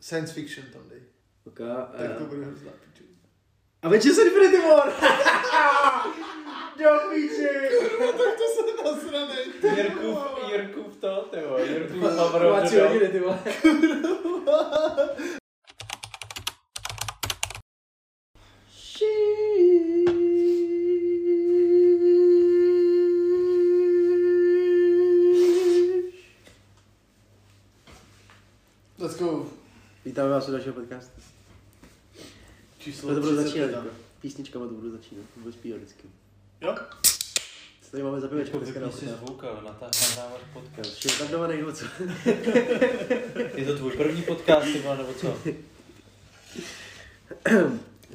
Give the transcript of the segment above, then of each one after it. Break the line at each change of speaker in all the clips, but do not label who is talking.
Science fiction tam dej.
Ok.
Tak to
eh,
bude hrozná piču.
A večer se Infinity War! Do píči!
tak to jsem nasranej.
Jirku, Jirku v to, ty vole, Jirku v
Domácí
Lavrodu.
hodiny, ty vole.
Let's go.
Vítáme vás u dalšího podcastu.
Číslo
No to budu začínat.
31.
jako. Písničkama to budu začínat. To budu zpívat vždycky.
Jo?
Co tady máme za pivečko dneska no, na
Jako Vypni si
podcast?
zvuk a natá- nahráváš podcast.
Ještě tam doma nejdu, co?
Je to tvůj první podcast, ty vole, nebo co?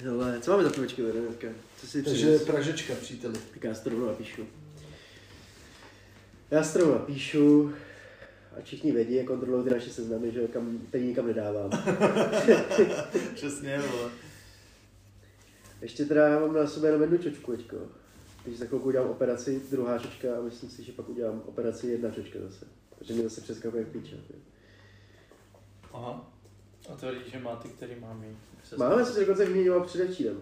Hele, co máme za pivečky tady dneska? Co si
Takže
přines?
pražečka, příteli.
Tak já si to rovnou napíšu. Já si to rovnou napíšu. A všichni vědí, jak kontrolují ty naše seznamy, že jo, kam, který nikam nedávám.
Přesně, vole.
Ještě teda já mám na sobě jenom jednu čočku, teďko. Takže za chvilku udělám operaci druhá čočka a myslím si, že pak udělám operaci jedna čočka zase. Takže mě zase přeskakuje píče.
Aha. A tvrdí, že má ty, který mám jí.
Máme jsem si dokonce vyměňoval předevčírem.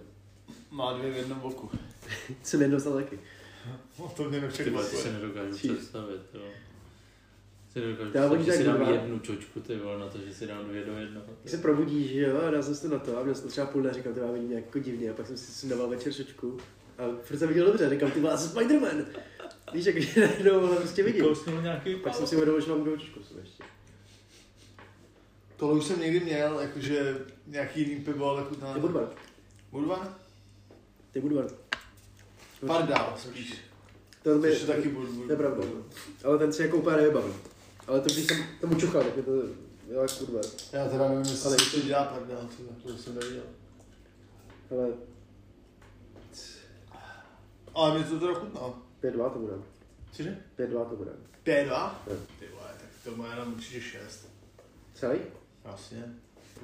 Má dvě v jednom oku.
Jsem jednou dostal taky.
No to mě
Ty
nečekalo.
vole, si nedokážu
Čí?
představit, jo. Si nedokážu
Já
představit,
bych
že si
tak
dám
dva.
jednu čočku, ty vole, na to, že si dám dvě do jednoho. ty
Když se
vole.
probudíš, že jo, a dal jsem si to na to a měl jsem to třeba půl dne, říkal, to já vidím nějak jako divně, a pak jsem si sundával večer čočku a furt jsem viděl dobře, říkám, ty vole, já jsem Spiderman. Víš, jak že najednou ale prostě vidím.
Kousnul nějaký
Pak jsem si uvědomil, že mám druhou čočku jsem ještě.
Tohle už jsem někdy měl, jakože nějaký jiný pivo, ale chutná.
Ty Budvar,
Budvar?
ty Budvar.
Pardál spíš.
To mi,
Což je taky budvar.
to je pravda. ale ten si jako úplně nevybavil. Ale to, když jsem tomu čuchal, tak je to jo, jak Budvar.
Já teda nevím, jestli
Ale-
ale ještě dělá pardál, tyhle, to jsem neviděl.
Ale
Ale mě to teda chutná.
5-2 to bude.
Cože?
5-2 to bude.
T2?
Jo.
Ty vole, tak to má jenom určitě 6.
Celý?
Jasně.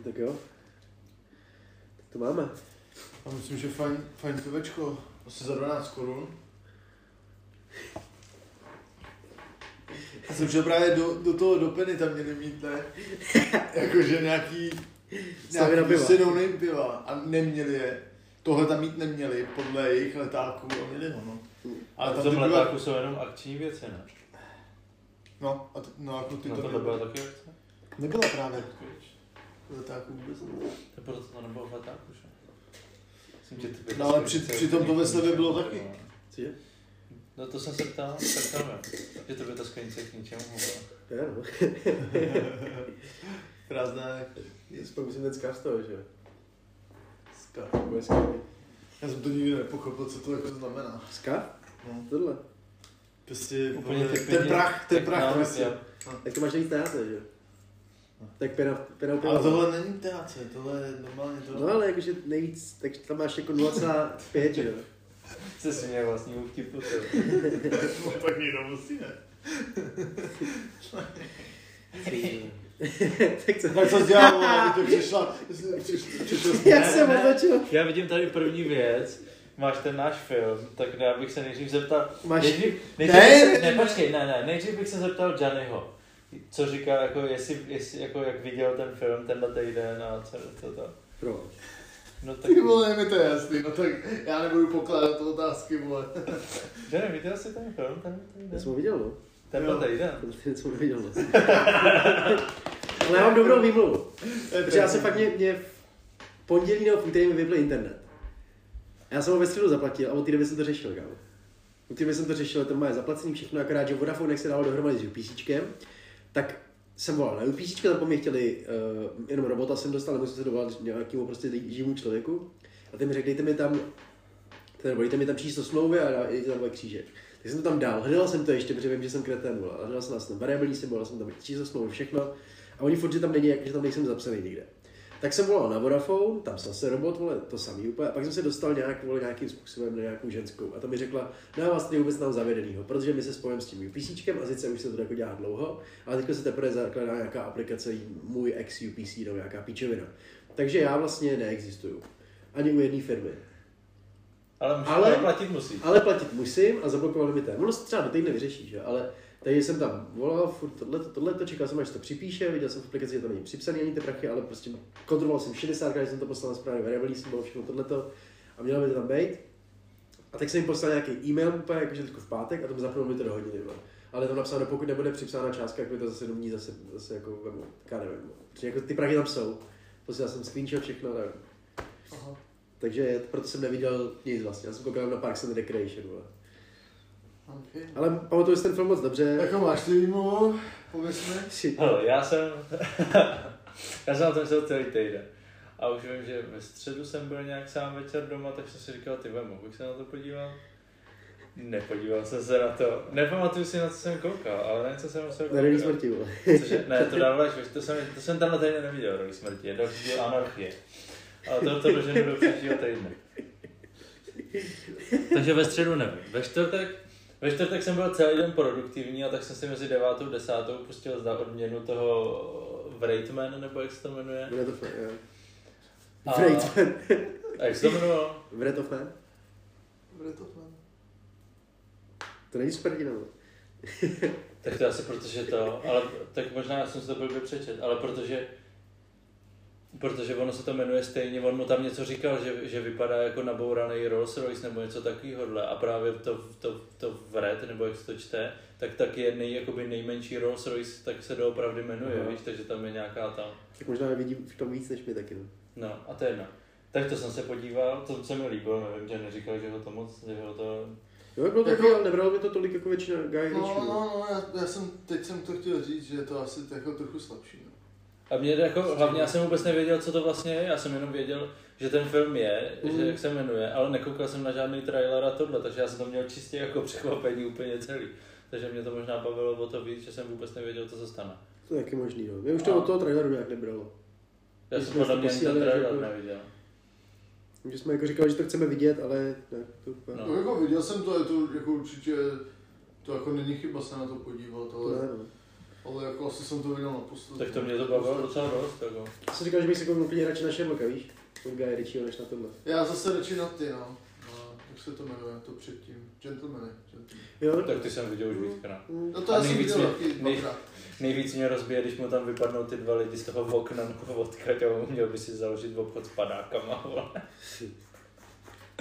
Tak jo. Tak to máme.
A myslím, že fajn, fajn pivečko. Asi za 12 korun. Já jsem šel právě do, do toho do peny, tam měli mít, ne? Jakože nějaký...
Stavy na
Nějaký
piva.
prostě no piva. A neměli je. Tohle tam mít neměli, podle jejich letáků a měli ho, no.
Ale
Ale
v
tam
tom
ty piva...
letáku jsou jenom akční věci, ne?
No, a t- no jako ty
Na
to
tohle byla
nebyla.
taky akce?
Nebyla právě letáků vůbec.
To proto to nebylo v letáku, že? Myslím, že ty
No, ale při- při tom to ve slevě bylo taky.
Cože?
No to jsem se ptal, tak tam je. Že to by ta sklenice k ničemu byla.
To je no.
Krásná
Pak musím ten skář z toho, že jo.
jeska.
Bude skvělý.
Já jsem to nikdy nepochopil, co to jako znamená.
Skář?
No.
Tohle.
Prostě
Úplně
vole,
ty
ten
pěně-
prach, ten
tak
prach
nám-
prostě.
já-
Tak to máš nejít táta, že jo. Tak pěna, pěna úplně.
Ale tohle není THC, tohle je normálně to.
No ale jakože nejvíc, tak tam máš jako 0,5, že jo.
Se směje vlastnímu vtipu. ty jo.
no, tak někdo musí, ne?
tak co?
Tak co jsi dělal, vole, aby tě přišla, přišla, přišla
Jak jsem označil?
Já vidím tady první věc. Máš ten náš film, tak já bych se nejdřív zeptal...
Máš-
Nejdřív,
Ne,
nejdřív, ne,
ne,
ne,
ne.
počkej, ne, ne, nejdřív bych se zeptal Johnnyho. Co říká, jako, jestli, jestli, jako, jak viděl ten film tenhle týden a co to to.
Pro.
No tak,
Ty vole, je mi to jasný, no tak já nebudu pokládat otázky, vole.
Johnny, viděl jsi ten film tenhle týden?
Já jsem ho viděl, no.
Tenhle
Jo.
týden?
Ten jsem ho neviděl, no. ale já mám dobrou výmluvu. Protože já jsem fakt mě, mě v pondělí nebo v úterý mi vypl internet. A Já jsem ho ve středu zaplatil a od té doby jsem to řešil, kámo. Od té doby jsem to řešil, to má zaplacení všechno, akorát, že Vodafone, jak se dalo dohromady s UPCčkem, tak jsem volal na UPC, tam po mě chtěli, uh, jenom robota jsem dostal, nebo jsem se dovolat nějakému prostě živému člověku. A ty mi řekli, dejte mi tam, ten, nebo dejte mi tam číslo smlouvy a dejte tam můj křížek. Tak jsem to tam dal, hledal jsem to ještě, protože vím, že jsem kretén, vole, ale hledal jsem tam variabilní symbol, dal jsem tam číslo smlouvy, všechno. A oni furt, že tam není, jak- že tam nejsem zapsaný nikde. Tak jsem volal na Vodafone, tam jsem se robot, vole, to samý úplně, a pak jsem se dostal nějak, vole, nějakým způsobem na nějakou ženskou a ta mi řekla, no já vás tady vůbec nám zavedenýho, protože my se spojíme s tím UPCčkem a sice už se to jako dělá dlouho, ale teď se teprve zakládá nějaká aplikace můj ex UPC nebo nějaká píčovina. Takže já vlastně neexistuju. Ani u jedné firmy.
Ale,
Ale-
ale platit musí.
Ale platit musím a zablokovali mi to. Ono se třeba do týdne vyřeší, že? jo, ale Takže jsem tam volal, furt tohle, tohle, to čekal jsem, až to připíše, viděl jsem v aplikaci, že to není připsaný ani ty prachy, ale prostě kontroloval jsem 60, když jsem to poslal na správný variable, jsem bylo všechno tohleto a mělo by to tam být. A tak jsem jim poslal nějaký e-mail úplně, jakože teď v pátek a tam zapnul mi to do hodiny. Vole. Ale je tam napsáno, pokud nebude připsána částka, jako je to za 7 dní zase, zase jako vemu, tak já nevím. vole. Protože jako ty prachy tam jsou. Posílal jsem screenshot všechno, nevím.
Aha.
Takže proto jsem neviděl nic vlastně, já jsem koukal jenom na Parks and Recreation, vole.
Okay.
Ale pamatuju si ten film moc dobře.
Jako máš ty výmluvu, pověz mi.
Shit.
Hele, No, já jsem, já jsem na to myslel celý týden. A už vím, že ve středu jsem byl nějak sám večer doma, tak jsem si říkal, ty vole, mohl bych se na to podívat? Nepodíval jsem se na to. Nepamatuju si, na co jsem koukal, ale na něco jsem musel
Na Rally smrti, vole.
Cože, ne, to dávno až, to jsem, to jsem tenhle týden neviděl, Rally smrti, je to díl anarchie. Ale to to doženu do příštího týdne. Takže ve středu nevím. Ve čtvrtek, ve čtvrtek jsem byl celý den produktivní a tak jsem si mezi devátou a desátou pustil za odměnu toho Wraitman, nebo jak se to jmenuje.
Breath of Man, jo.
A-
Breath of Man.
A jak se to jmenovalo?
Breath of Man?
Bude to fajn.
To není super díl,
Tak to asi protože to, ale tak možná já jsem si to blbě přečet, ale protože protože ono se to jmenuje stejně, on mu tam něco říkal, že, že vypadá jako nabouraný Rolls Royce nebo něco takového a právě to, to, to v Red, nebo jak se to čte, tak taky je nej, jakoby nejmenší Rolls Royce, tak se doopravdy jmenuje,
Aha.
víš, takže tam je nějaká ta,
Tak možná vidím v tom víc než my taky, no.
no a to je jedno. Tak to jsem se podíval, to se mi líbilo, nevím, že neříkal, že ho to moc, že ho to...
Jo, jak bylo to
Jako-
jako... ale nebralo mi to tolik jako většina Guy
No,
Ritchie,
no,
no.
no, já, já, jsem, teď jsem to chtěl říct, že je to asi jako trochu slabší. No.
A mě jako, hlavně já jsem vůbec nevěděl, co to vlastně je, já jsem jenom věděl, že ten film je, mm.
Mhm.
že jak se jmenuje, ale nekoukal jsem na žádný trailer a tohle, takže já jsem to měl čistě jako překvapení úplně celý. Takže mě to možná bavilo o to víc, že jsem vůbec nevěděl, co se stane.
To je taky možný, jo. Mě už to
A-
od toho traileru nějak nebralo.
Já
Když
jsem
jsme
podle
to
mě ani ten
posílali, že
trailer
to-
neviděl.
Vím, Že jsme jako říkali, že to chceme vidět, ale ne, to úplně.
No.
No. Jako viděl jsem to, je to jako určitě, to jako není chyba se na to podívat,
To ne,
ale,
no.
ale jako asi jsem to viděl naposledy.
Tak to mě to bavilo docela dost, jako.
Já jsem říkal, že bych se koukal úplně radši na Sherlocka, víš? Od Guy Ritchieho než na tohle.
Já zase radši na ty, no. no. Jak se to jmenuje, to předtím. Gentlemany. gentlemany.
Jo?
Tak ty jsem viděl už víckrát.
Mm.
No to
A
já jsem
nejvíc
viděl
mě-
taky
nej-
dvakrát.
Nejvíc mě rozbije, když mu tam vypadnou ty dva lidi z toho okna nebo odkaď a měl by si založit obchod s padákama. vole.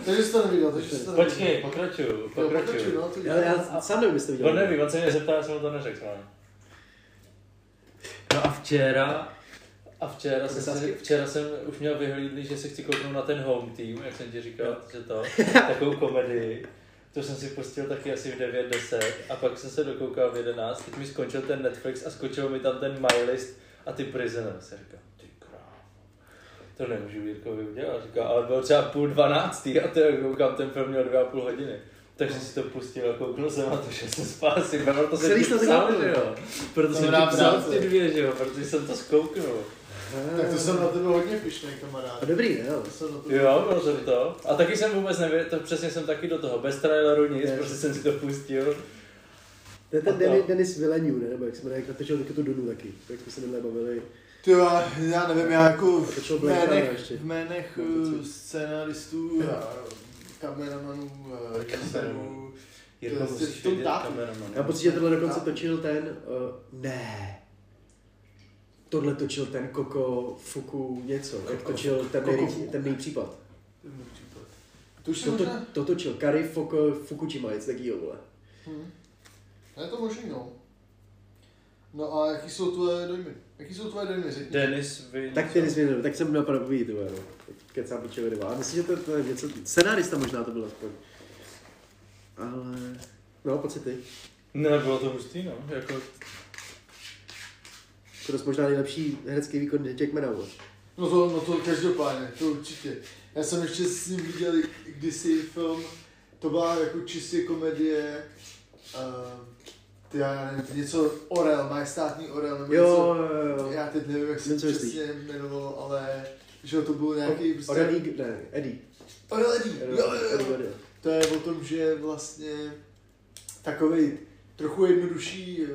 Takže jsi to neviděl, takže jsi to neviděl.
Počkej, pokračuju,
Jo, pokračuj,
pokračuju.
no, ty
Ale já sám nevím, jestli to viděl.
On neví, No on se mě zeptal, já jsem mu to neřekl. ale- No a včera, a včera jsem, si,
Sasky?
včera jsem už měl vyhlídlý, že se chci kouknout na ten home team, jak jsem ti říkal, že to, takovou komedii. To jsem si pustil taky asi v 9.10 a pak jsem se dokoukal v 11, teď mi skončil ten Netflix a skočil mi tam ten My List a ty Prisoners. Já říkám, ty krávo, to nemůžu Jirkovi udělat. Říkal, ale bylo třeba půl dvanáctý a to jak koukám, ten film měl dvě a půl hodiny. Takže si to pustil a kouknul jsem na to, že jsem spal si, bral to jsem
Celý
ti
jsi to
psal,
zakouknul.
že jo. Proto jsem ti
Dobrá
psal
práce.
ty dvě, že jo, protože jsem to zkouknul.
Ah.
Tak to jsem na tebe hodně pišnej, kamarád.
A dobrý, ne, jo.
Já jsem na tebe-
Jo, bylo to to. A taky jsem vůbec nevěděl, to přesně jsem taky do toho, bez traileru nic,
Ne.
prostě jsem si to pustil.
To je ten
A to-
Deni- Denis Villeneuve, ne? Nebo jak jsme jak natočil taky tu Dunu taky. Jak jsme se minule bavili.
Ty jo, já- já nevím, já jako
To šlo
v
Blade Runner
jménech,
ještě.
v jménech
No, to
eh, scénaristů,
Jo.
a kameramanů, eh, režisérů,
Jirko,
To
musíš
jsi Prostě v tom
vidět
dátu.
kameramana.
Já pocit, že tohle dokonce točil ten... Uh, ne. Tohle točil ten Koko Fuku něco. Jak točil ten,
Koko
nej,
Fuku.
ten případ.
to je můj případ. To už si
To, to,
možná...
to točil Kari Foko Fukuchima, něco takového, vole.
Hm. Je to možný, no. No a jaký jsou tvoje dojmy? Jaký jsou tvoje dojmy, řekni.
Denis Vin.
Tak tedy změnil, tak jsem měl pravdu vidět, vole, no. Tak Kecám po čeho A myslím, že to, to je něco... Scenárista možná to byl aspoň. Ale... No, pocity.
Ne, bylo to hustý, no. Jako,
To dost možná nejlepší herecký výkon Jackmana, vole.
No to, no to každopádně, to určitě. Já jsem ještě s ním viděl kdysi film, to byla jako čistě komedie, uh, ty já nevím, něco Orel, majestátní Orel, nebo něco,
Jo, jo, jo.
já teď nevím, jak se
Vím, co
to
myslíš.
přesně jmenovalo, ale že jo, to byl nějaký
Nějaký
prostě...
Orel Eag- ne, Eddie.
Orel Edí, jo,
Orel-
jo, jo.
Eddie Orel.
To je o tom, že vlastně takový trochu jednodušší eh,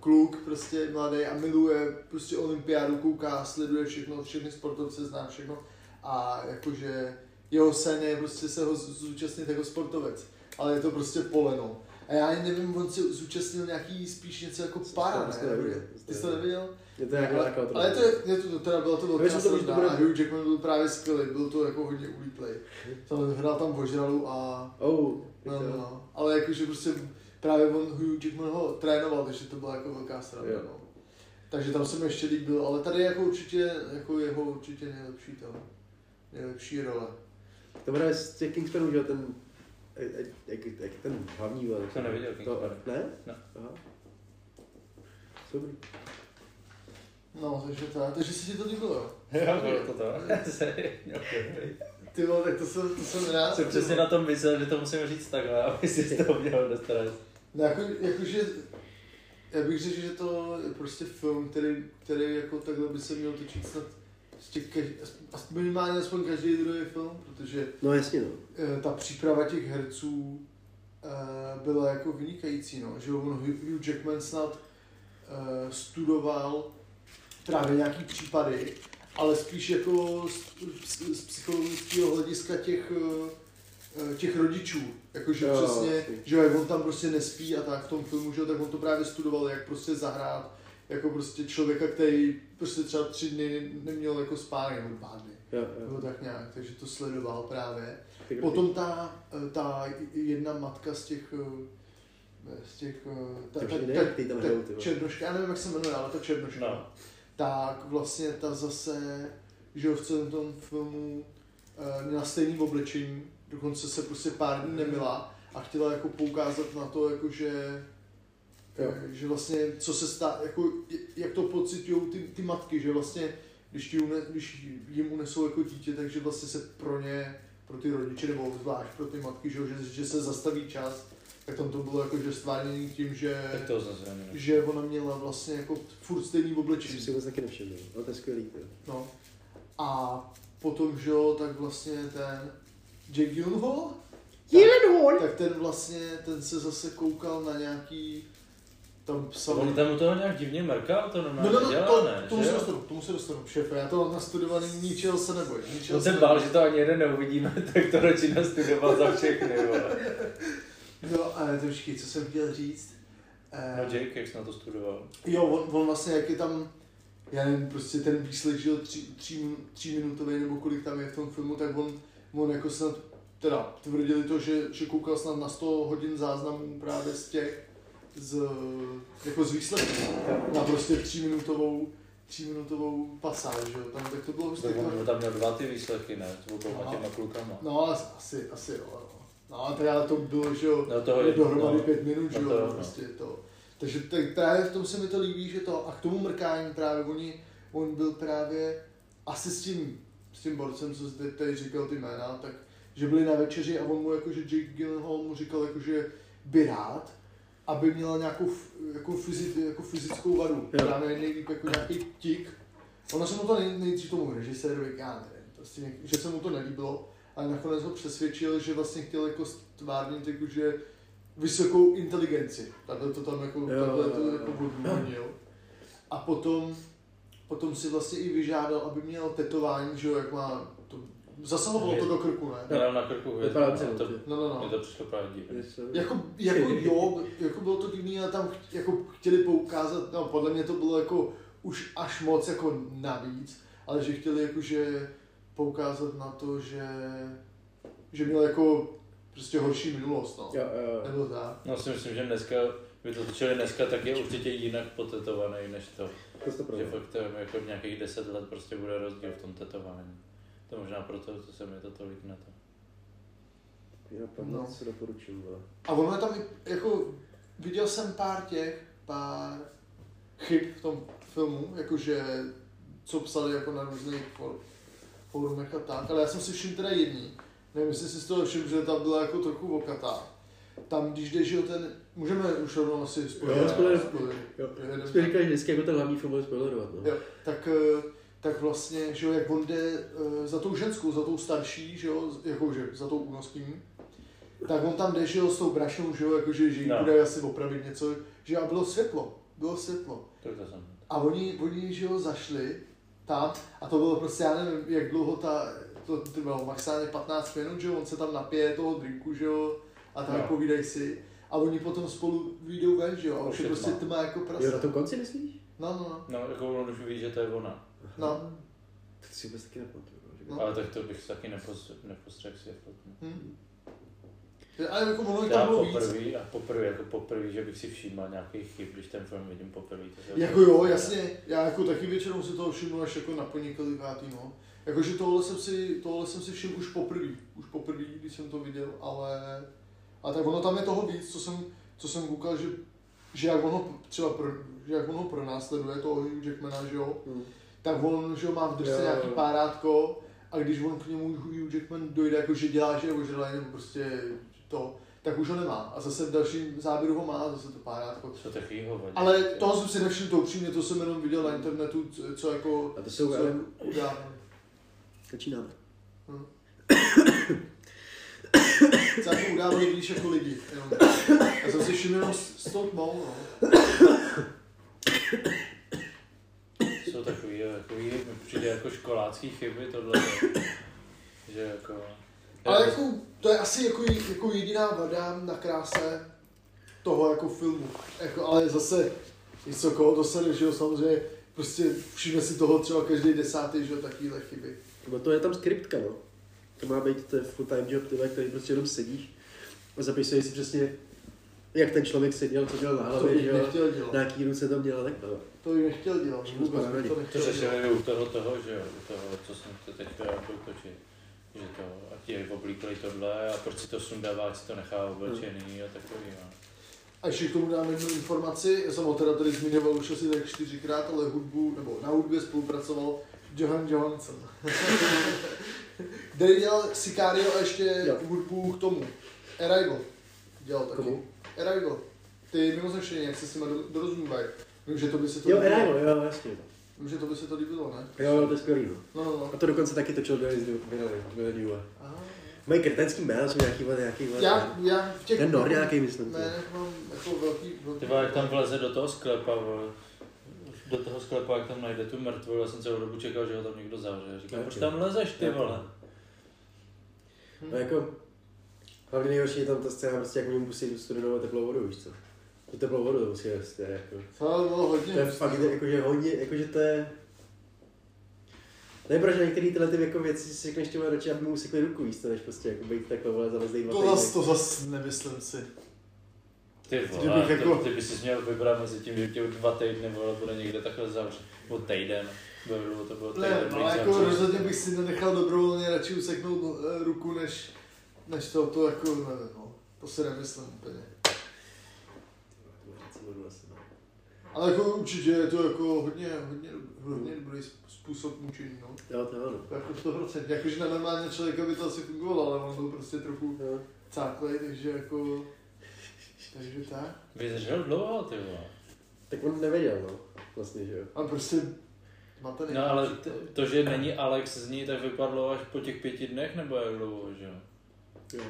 kluk, prostě mladý a miluje prostě olympiádu, kouká, sleduje všechno, všechny sportovce, zná všechno a jakože jeho sen je prostě se ho z- zúčastnit jako sportovec, ale je to prostě poleno. A já ani nevím, on se zúčastnil nějaký spíš něco jako para,
to
ne?
jsi to neviděl,
Nebo-
to jsi
Ty jsi
to
to neviděl?
Je to nějaká
ale,
taková to.
ale to, je, je to, to teda bylo to
Víš,
velká
co to bude-
sranda
to bude-
a Hugh Jackman byl právě skvělý, byl to jako hodně ulíplej. Tam hrál tam vožralu a
Oh,
no, no, no. Ale jakože prostě právě on Hugh Jackman ho trénoval, takže to byla jako velká sranda.
Jo.
No. Takže tam se mi ještě líbil, ale tady jako určitě, jako jeho určitě nejlepší to, nejlepší role.
To bude z těch Kingsmanů, že jo, ten, eh, eh, jak, jak ten hlavní byl.
To neviděl
To,
Kingsman. No.
ne?
Ne.
Aha. Dobrý.
No, takže to, takže si ti to líbilo, jo?
Jo, bylo to to.
Ty vole, tak to jsem, to jsem rád.
Jsem přesně na tom myslel, že to musím říct takhle, aby si z toho měl dostat.
No, jako, jakože, já bych řekl, že to je prostě film, který, který jako takhle by se měl točit snad z těch kaž- as- as- minimálně aspoň každý druhý film, protože
No jasně no.
eh, ta příprava těch herců eh, byla jako vynikající, no. že on Hugh- Hugh Jackman snad eh, studoval právě nějaký případy, ale spíš jako z, z, z psychologického hlediska těch, eh, eh, těch rodičů, jakože
Jo,
přesně,
jasný.
že jo, jak on tam prostě nespí a tak v tom filmu, že jo, tak on to právě studoval, jak prostě zahrát jako prostě člověka, který prostě třeba tři dny neměl jako spánek nebo dva dny,
Jo,
nebo
jo.
tak nějak, takže to sledoval právě.
Ty dobrý.
Potom ta, eh, ta jedna matka z těch, eh, z těch, eh, ta, ta,
Takže
ta,
ne, jak ty tam hrajou, ty
ta,
vole.
černoška, já nevím, jak se jmenuje, ale ta černoška,
No.
tak vlastně ta zase, že jo, v celém tom filmu eh, měla stejný oblečení, dokonce se prostě pár dní nemila a chtěla jako poukázat na to, jako že,
Jo.
eh, že vlastně, co se stá, jako, j- jak to pocitují ty, ty matky, že vlastně, když, ti une, když jim unesou jako dítě, takže vlastně se pro ně, pro ty rodiče, nebo zvlášť pro ty matky, že, jo, že, že se zastaví čas, tak tam to bylo jako, že stvárněný tím, že,
Tak toho jsem zranil.
Eh, že ona měla vlastně jako furt stejný
To jsem
oblečení.
si vůbec taky nevšiml, ale to je skvělý. ty jo.
No. A potom, že jo, tak vlastně ten Jack Gyllenhaal,
Gyllenhaal!
tak ten vlastně, ten se zase koukal na nějaký, tam psal...
On tam u toho nějak divně mrkal, to
No,
normálně
no, no,
dělá,
to,
ne?
tomu
že
se
jo?
dostanu, tomu se dostanu, šéfe, já to mám nastudovaný, ničeho se neboj, ničeho
On se bál, že to ani jeden neuvidíme, tak to ročina studoval za všechny, vole.
No, ale to počkej, co jsem chtěl říct. Eh,
No Jake, jak jsi na to studoval?
Jo, on, on vlastně, jak je tam, já nevím, prostě ten výslech, že jo, tři, tří, tříminutový nebo kolik tam je v tom filmu, tak on, on jako snad, teda tvrdili to, že, že koukal snad na 100 hodin záznamů právě z těch, z, jako z výslechů, na prostě tříminutovou, tříminutovou pasáž, že jo, tam Prostě tak to bylo jako- hustý.
Tak
to-
on tam měl dva ty výsledky, ne? S oboma
Aha.
těma klukama.
No, ale asi, asi jo, no. No, ale teda to bylo, že jo,
No toho je,
dohromady
no.
pět minut, že
No to
jo,
jo,
no.
no.
prostě to. Takže tak právě v tom se mi to líbí, že to, a k tomu mrkání právě oni, on byl právě asi s tím, s tím borcem, co zde tady říkal ty jména, tak, že byli na večeři a on mu jakože Jake Gyllenhaal mu říkal jakože by rád, aby měla nějakou f- jako, fyzi, jako fyzickou vadu,
Jo.
právě nejlíp jako nějaký tik. Ono se mu to nej, nejdřív tomu režisérovi, já nevím, prostě něk, že se mu to nelíbilo, ale nakonec ho přesvědčil, že vlastně chtěl jako stvárnit jakože vysokou inteligenci. Takhle to tam jako,
Jo,
takhle to
jo, jo.
jako odůvodnil. A potom, potom si vlastně i vyžádal, aby měl tetování, že jo, jak má, to, zasahovalo to do krku, ne?
Měl na krku hvězdu,
Vypadá
no,
to
to,
No, no, no.
mě to přišlo právě divné.
Jako, jako jo, jako bylo to divný, ale tam ch- jako chtěli poukázat, no podle mě to bylo jako už až moc jako navíc, ale že chtěli jakože poukázat na to, že, že měl jako prostě horší minulost, no.
Jo, jo, jo.
Nebo tak.
No si myslím, že dneska, by to točili dneska, tak je určitě jinak potetovaný než to.
To jste
Že
pravda.
fakt to je jako nějakých 10 let prostě bude rozdíl v tom tetování. To možná proto, co se mi to tolik na to.
Já
No.
pevně si doporučím, vole.
A ono je tam i, jako, viděl jsem pár těch, pár chyb v tom filmu, jakože co psali jako na různých for- forumech a tak, ale já jsem si všiml teda jedný. Nevím, jestli si z toho všiml, že ta byla jako trochu vokatá. Tam, když jde, že jo, ten, můžeme už rovnou asi
Jo,
spojit.
spoiler. Jo.
Jo, jeden-
Jsme říkali, že vždycky jako ten hlavní film bude spoilerovat, no.
Jo, tak, eh, tak vlastně, že jo, jak on jde eh, za tou ženskou, za tou starší, že jo, z- jako, že za tou únoskyní, tak on tam jde, že jo, s tou brašnou, že jo, jakože, že jí
No.
bude asi opravit něco, že a bylo světlo, bylo světlo.
Tak to jsem.
A oni, oni že jo, zašli tam a to bylo prostě, já nevím, jak dlouho ta, to trvalo maximálně 15 minut, že jo, on se tam napije toho drinku, že jo, a tam
No.
no. povídají si. A oni potom spolu vyjdou ven, že jo? A už je
Všechno.
prostě tma jako
Jo, na
prase.
tom konci myslíš?
No, no, no.
No, jako on už ví, že to je ona.
no.
To si vůbec taky nepamatuju. že by-
No.
Ale tak to bych taky nepostřehl, nepostřehl si jako.
Hm. Ale jako ono jich
Já
tam bylo víc.
poprvé, a poprvé, jako poprvé, že bych si všímal nějakých chyb, když ten film vidím poprvé. to se-
Jako jo, jasně, já jako taky většinou si toho všimnu až jako na poněkolikátý, no. Jakože tohle jsem si, tohle jsem si všiml už poprvé, už poprvé, když jsem to viděl, ale... A tak ono tam je toho víc, co jsem, co jsem koukal, že, že jak ono třeba pro, že jak ono pronásleduje toho Hugh Jackmana, že jo,
Hm.
tak on, že jo, má v držce
Jo, jo,
nějaký
jo.
párátko a když on k němu Hugh Jackman dojde, jako že dělá, že ožralý nebo prostě to, tak už ho nemá. A zase v dalším záběru ho má zase to párátko.
Co takovýho vadí.
Ale toho jsem si nevšiml, to upřímně, to jsem jenom viděl na internetu, co, co jako...
A to jsou,
Co,
ale
uděláme.
začínáme.
co jako udávali blíž jako lidi. Jenom. Já jsem si všiml jenom s, s tou tmou, no.
Jsou takový, takový, mi přijde jako školácký chyby tohle. že jako...
Ale jako, to je asi jako, jako jediná vada na kráse toho jako filmu. Jako, ale zase něco koho to se že jo, samozřejmě prostě všimne si toho třeba každý desátý, že jo, takovýhle chyby.
No to je tam skriptka, no. To má být to je full-time job, tyhle, který prostě jenom sedíš a zapisuješ si přesně, jak ten člověk seděl, co dělal na
To
hlavě, že
bych
jo.
nechtěl dělat.
Na jaký ruce tam dělal, tak no.
To bych nechtěl dělat.
Všechno
Vůbec
spadá na
bych to
lidi.
To
nechtěl dělat.
řešili u toho, toho, že jo, u toho, co jsem to teď točil. Že to, a ti oblíkli tohle a proč si to sundává, ať si to nechá oblečený a takový. No.
A ještě k tomu dám jednu informaci, já jsem ho teda tady zmiňoval už asi tak čtyřikrát, ale hudbu, nebo na hudbě spolupracoval Johan Johansson. který dělal Sicario a ještě
Jo.
hudbu k tomu. Arrival. Dělal taky.
Komu?
Arrival. Ty mimozemštění, jak se s nimi do- dorozumívají. Vím, že to by se to
Jo,
líbilo.
Arrival, jo, jasně. no.
Vím, že to by se to líbilo, ne?
Jo, jo, to je skvělý, no.
No, no, no.
A to dokonce taky točil Billy Zdu- Billy- Billy Dewey.
Aha.
Mají kretenský jména, jsou nějaký, vole, nějaký, vole,
Já, já v těch...
ten Nor nějaký, myslím. ty.
Ne, mám jako velký... velký
Ty vole, jak tam vleze do toho sklepa, vole. do toho sklepa, jak tam najde tu mrtvolu, já jsem celou dobu čekal, že ho tam někdo zavře. Říkám,
Taky.
proč tam lezeš, ty
Taky.
vole?
Hm.
No jako, hlavně nejhorší je tam ta scéna, prostě jak oni musí tu studenou a teplou vodu, víš co? Tu teplou vodu to musí prostě, jako.
To bylo hodně.
To je fakt, jakože hodně, jakože to je... Nebo že některé tyhle ty jako věci si řekneš těma radši, aby mu usekli ruku, víš co, než prostě jako být takhle vole zalezlý dva
To zas,
týdny.
to zas nemyslím si.
Ty
Ty
vole,
bych
ty,
jako-
jako... ty bys si měl vybrat mezi tím, že tě dva týdny vole, bude někde takhle zavřít. Nebo týden. Bylo to bylo týden.
Ne,
bych
no, jako
zavřel.
rozhodně bych si nenechal dobrovolně radši useknout eh, ruku, než, než to, to jako, nevím, no. To si nemyslím úplně.
Co budu asi, no.
Ale jako určitě je to jako hodně, hodně, hodně dobrý způsob mučení, no.
Jo, to je ono.
To Jako 100%. Jakože na normálně člověka by to asi fungovalo, ale on byl prostě trochu
No.
cáklej, takže jako... Takže tak.
Vydržel dlouho, ty vole.
Tak on nevěděl, no, vlastně, že jo.
A prostě matený.
No ale t- to, že není Alex z ní, tak vypadlo až po těch pěti dnech, nebo jak dlouho, že jo?
Jo.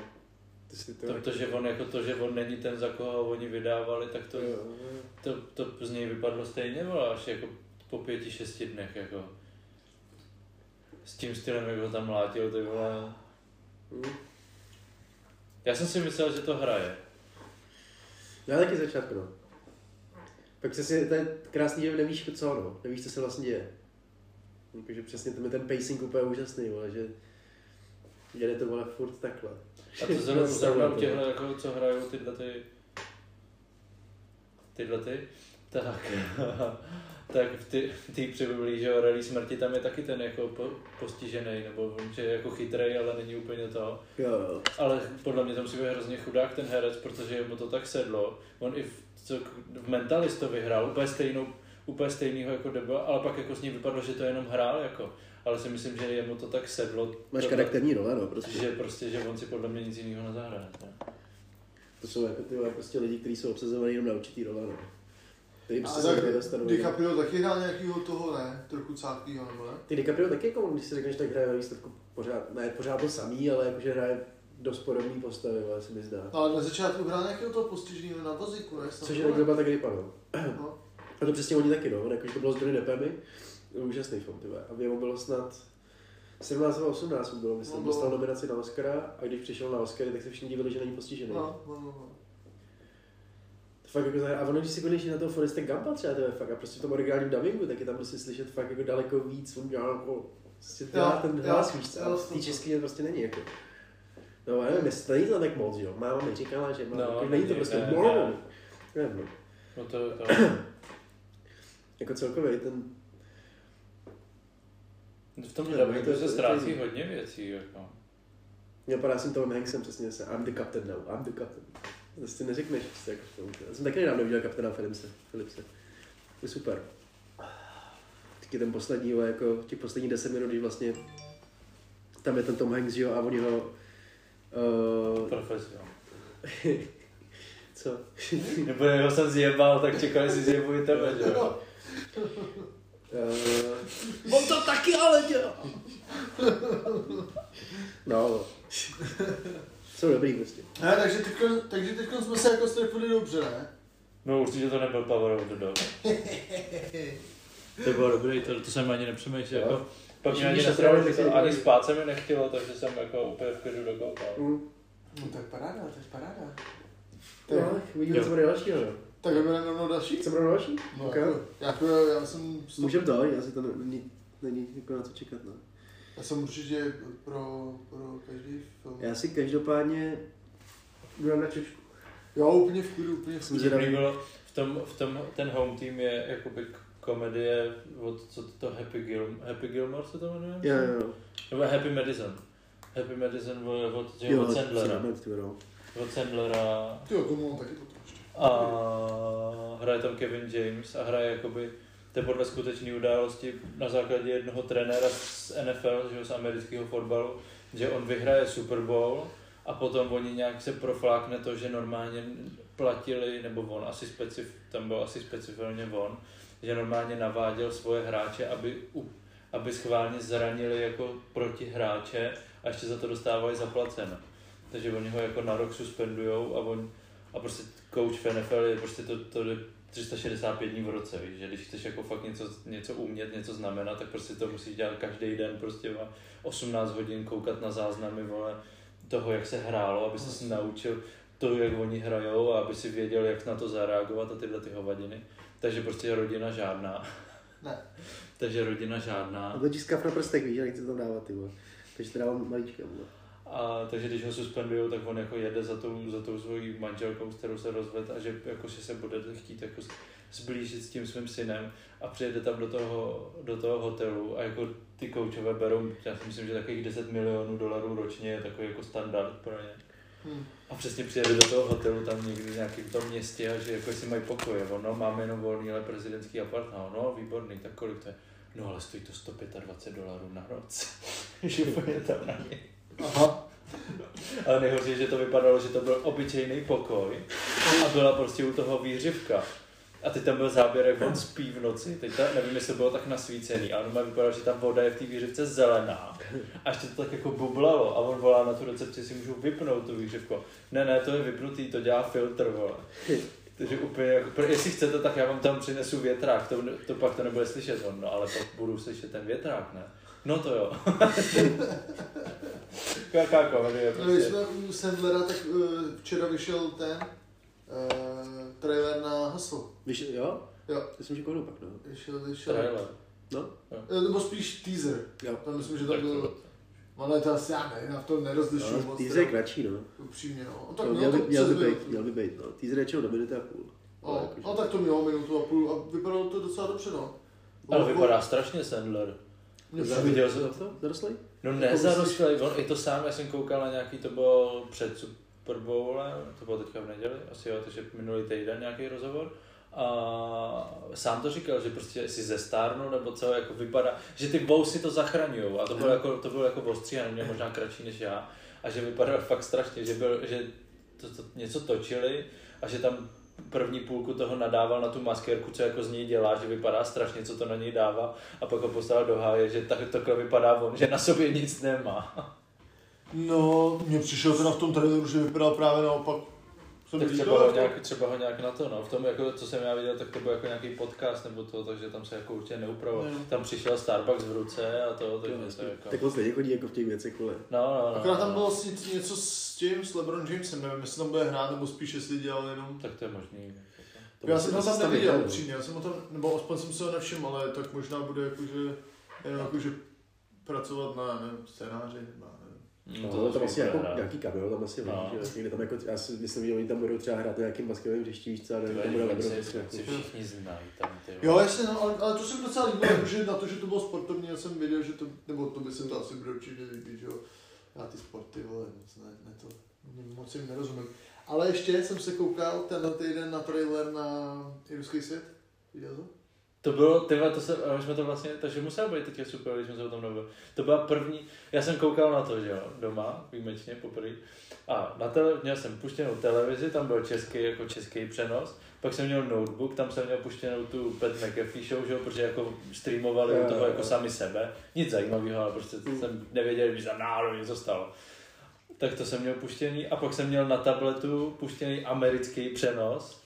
Ty si to...
To, to, že on, jako to, že on není ten, za koho oni vydávali, tak to,
Jo, jo.
to, to z něj vypadlo stejně, vole, až jako po pěti, šesti dnech, jako. S tím stylem, jak ho tam látil, ty vole.
Hm.
Já jsem si myslel, že to hraje.
Já taky z začátku, no. Pak přesně, to je krásný, že nevíš co, no. Nevíš, co se vlastně děje. Jakože přesně tam je ten pacing úplně úžasný, vole, že jede to vole furt takhle.
A to zrovna,
Prostě
zrovna u těchto, jako, co hrajou tyhle ty... Tyhle ty? Tak, tak v ty- v té přibyblí, že jo, Rally smrti, tam je taky ten jako po, postižený, nebo on, že je jako chytrej, ale není úplně to.
Jo, jo.
Ale podle mě to musí být hrozně chudák ten herec, protože mu to tak sedlo. On i v, co, v Mentalisto vyhrál úplně stejnou, úplně stejnýho jako debla, ale pak jako s ním vypadlo, že to jenom hrál jako. Ale si myslím, že jemu to tak sedlo,
Máš
to-
charakterní role, no, prostě.
že prostě, že on si podle mě nic jiného nezahraje. ne?
To jsou jako ty vole, prostě lidi, kteří jsou obsazovaní jenom na určitý role, no. Ty
A
prostě se
tak
někde dostanou.
DiCaprio taky hrál nějakýho toho, ne? Trochu cáklýho, nebo ne?
Ty DiCaprio taky jako, když si řekneš, tak hraje ve výsledku pořád, ne pořád to samý, ale jakože hraje dost podobný postavy, ale se mi zdá.
No, ale na začátku hrál nějakého toho postiženého na vozíku, ne?
Což je tak doba tak no.
No.
A to přesně oni taky, no. On Jakože to bylo s Johnny Deppemi. Úžasný film, tyhle. A mu bylo snad 17 nebo 18 mu bylo, myslím.
No,
Dostal
bylo.
nominaci na Oscara a když přišel na Oscary, tak se všichni divili, že není postižený.
No, no, no.
fakt jako, za- a ono, když si koneš na toho Foresta Gumpa třeba, to je fakt, a prostě v tom originálním dubbingu, tak je tam prostě slyšet fakt jako daleko víc, on dělá jako, prostě dělá
Jo,
ten
jo,
hlas víš co,
jo,
ale v té
super.
české to prostě není jako. No, já nevím, jestli to není to tak moc, jo, máma mi říkala, že má,
No,
jako, není to
není,
prostě
ne,
moc.
ne.
Nevím, no.
No to, to,
jako celkově ten,
v tom
Ne,
dubbingu
ne, to je-
se
to je-
ztrácí hodně věcí, jako.
Napadá jsem Tom Hanksem přesně se. I'm the captain now, I'm the captain. To si neřekneš prostě jako v tom. Já jsem taky nedávno viděl kapitana Philipse. Philipse. To je super. Taky ten poslední, jo, jako těch posledních 10 minut, když vlastně tam je ten Tom Hanks, jo, a oni ho... Uh,
Profesio.
co?
Nebo jeho jsem zjebal, tak čekali si zjebu i tebe, že jo?
Uh, Mám to taky, ale dělá. No. Jsou dobrý prostě.
Ne, takže teďko, takže teďko jsme se jako strefili dobře, ne?
No určitě to nebyl Power of the Dog. To bylo dobrý, to, to jsem ani nepřemýšlel.
Jo.
Jako, pak
Když
mě ani
vidíš
nestrávil,
na
to
stranu,
ani
tak si-
spát se mi nechtělo, takže jsem jako úplně v klidu dokoukal.
Mm.
No tak paráda, tak paráda. Tak,
No, uvidíme, co bude dalšího. no.
tak jdeme na mnou další?
Co bude další?
No,
Okay.
jako, jako, já jsem,
To Můžeme to, asi to není, není jako na co čekat. No.
já jsem určitě pro, pro každý film.
Já si každopádně jdu na čočku.
Jo, úplně v klidu, úplně v
Jsem
klidu.
Dobrý
zvědavý.
bylo, v tom, v tom, ten home team je jakoby k- komedie od, co to, to Happy, Gil, Happy Gilmore se to jmenuje?
Jo, jo, jo.
Nebo Happy Madison. Happy Madison od, od,
Jo,
od
to si
Sandlera.
nepamatuju, no.
Od Sandlera.
Ty jo, komu on taky to ještě.
A hraje tam Kevin James a hraje jakoby to je podle skutečné události na základě jednoho trenéra z NFL, že jo, z amerického fotbalu, že on vyhraje Super Bowl a potom oni nějak se proflákne to, že normálně platili, nebo on asi specif, tam byl asi specifiálně on, že normálně naváděl svoje hráče, aby, u- aby schválně zranili jako protihráče a ještě za to dostávají zaplaceno. Takže oni ho jako na rok suspendujou a on a prostě coach v NFL je prostě to, to jde 365 dní v roce, víš, že když chceš jako fakt něco, něco umět, něco znamenat, tak prostě to musíš dělat každý den, prostě má 18 hodin koukat na záznamy, vole, toho, jak se hrálo, aby se naučil to, jak oni hrajou a aby si věděl, jak na to zareagovat a tyhle ty hovadiny. Takže prostě rodina žádná.
Ne.
Takže rodina
A
žádná.
to tiskaf na prstek, víš, já nechci to dávat, ty vole. Takže to dávám malička, vole.
A, takže když ho suspendují, tak on jako jede za tou, za tou svojí manželkou, s kterou se rozved a že jako si se bude chtít jako s- zblížit s tím svým synem a přijede tam do toho, do toho hotelu a jako ty koučové berou, já si myslím, že takových 10 milionů dolarů ročně je takový jako standard pro ně.
Hm.
A přesně přijede do toho hotelu tam někdy v nějakém tom městě a že jako si mají pokoje, ono máme jenom volný, ale prezidentský apartmán, no výborný, tak kolik to je? No ale stojí to 125 dolarů na noc, že úplně tam na ně.
Aha.
Ale nejhorší, je, že to vypadalo, že to byl obyčejný pokoj a byla prostě u toho výřivka. A teď tam byl záběr, jak on spí v noci. Teď ta, nevím, jestli bylo tak nasvícený, ale normálně vypadalo, že ta voda je v té výřivce zelená. A ještě to tak jako bublalo. A on volá na tu recepci, si můžu vypnout tu výřivku. Ne, ne, to je vypnutý, to dělá filtr, vole. Takže úplně, jako, pr- jestli chcete, tak já vám tam přinesu větrák, to, to pak to nebude slyšet on, no ale pak budu slyšet ten větrák, ne? No to jo. Jaká komedie
No, když
prostě.
jsme u Sandlera, tak eh, včera vyšel ten eh, trailer na Hustle.
Víš, jo?
Jo.
Myslím, že kodu pak, no.
Vyšel, vyšel.
Trailer.
No,
Eh, Nebo spíš teaser.
jo.
Tam myslím, že to bylo... Ale to asi já nevím, já v tom nerozlišuju
No,
moc.
teaser je kratší, no.
teda, Upřímně, vlastně. no. On
To
tak
měl,
měl
by,
to
měl,
přes
by být,
minutu.
měl by být, no. Teaser je čeho do minuty a půl. Ale
O,
jakože-
o, No, tak to mělo minutu a půl a vypadalo to docela dobře, no.
Ale vypadá strašně Sandler.
Mě
Za-
přijde-
viděl jsi to?
to? Zarostlej?
No
Jako
ne,
myslíš-
zarostlý, on i to sám, já jsem koukal na nějaký, to bylo před Super Bowlem, to bylo teďka v neděli, asi jo, takže minulý týden nějaký rozhovor. A sám to říkal, že prostě si ze stárnu nebo co, jako vypadá, že ty vousy to zachraňují a to bylo
Ano.
jako, to bylo jako ostří, a měl možná kratší než já a že vypadal fakt strašně, že, byl, že to, to, něco točili a že tam první půlku toho nadával na tu maskérku, co jako z něj dělá, že vypadá strašně, co to na něj dává a pak ho poslal do háje, že tak, takhle vypadá on, že na sobě nic nemá.
No, mně přišel teda v tom traileru, že vypadal právě naopak. Jsem
Tak
říkal, jako-
třeba ho,
jak to-
nějak, třeba ho nějak na to, no. V tom, jako, co jsem já viděl, tak to byl jako nějaký podcast nebo to, takže tam se jako určitě neupravoval.
Ne.
Tam přišel Starbucks v ruce a to,
Jo,
takže to
jasně.
je jako...
Tak moc lidí chodí jako v těch věcech, vole.
No, no, no.
Akorát tam
no.
bylo asi něco s tím, s LeBron Jamesem, nevím, jestli tam bude hrát, nebo spíš jestli dělal jenom...
Tak to je možný. jako.
To já
musí
jsem ho tam
zastavit,
neviděl
jo.
upřímně, já jsem ho tam, nebo aspoň jsem se ho nevšiml, ale tak možná bude jakože, jenom jakože pracovat na nevím, scénáři, na, nevím.
No, to tam asi
spíš
jako
ne, ne.
nějaký kabel, tam asi
No.
no. že někde tam jako, já si myslím, že oni tam budou třeba hrát na nějakým basketovém hřišti, víš co, a nevím,
Ty
tam
vole,
bude
oni
vedro,
se-
prostě
oni se
jako-
všichni znají tam, ty
Jo,
vole.
jasně, no, ale, ale to jsem docela líbil, jakože na to, že to bylo sportovní, já jsem viděl, že to, nebo to by se to asi bude určitě líbit, že jo. Já ty sporty, vole, moc ne, ne to, moc jim nerozumím. Ale ještě jsem se koukal tenhle týden na trailer na i ruský svět. Viděl to?
To bylo, ty vole, to se, a my jsme to vlastně, takže musel být teď super, když jsme se o tom nebavili. To byla první, já jsem koukal na to, že jo, doma, výjimečně, poprvé. A na tele, měl jsem puštěnou televizi, tam byl český, jako český přenos. Pak jsem měl notebook, tam jsem měl puštěnou tu Pat McAfee show, že jo, protože jako streamovali
Jo,
u toho
jo,
jako
jo.
sami sebe. Nic zajímavého, ale prostě
Mm.
jsem nevěděl, když tam náhodou něco stalo. Tak to jsem měl puštěný a pak jsem měl na tabletu puštěný americký přenos.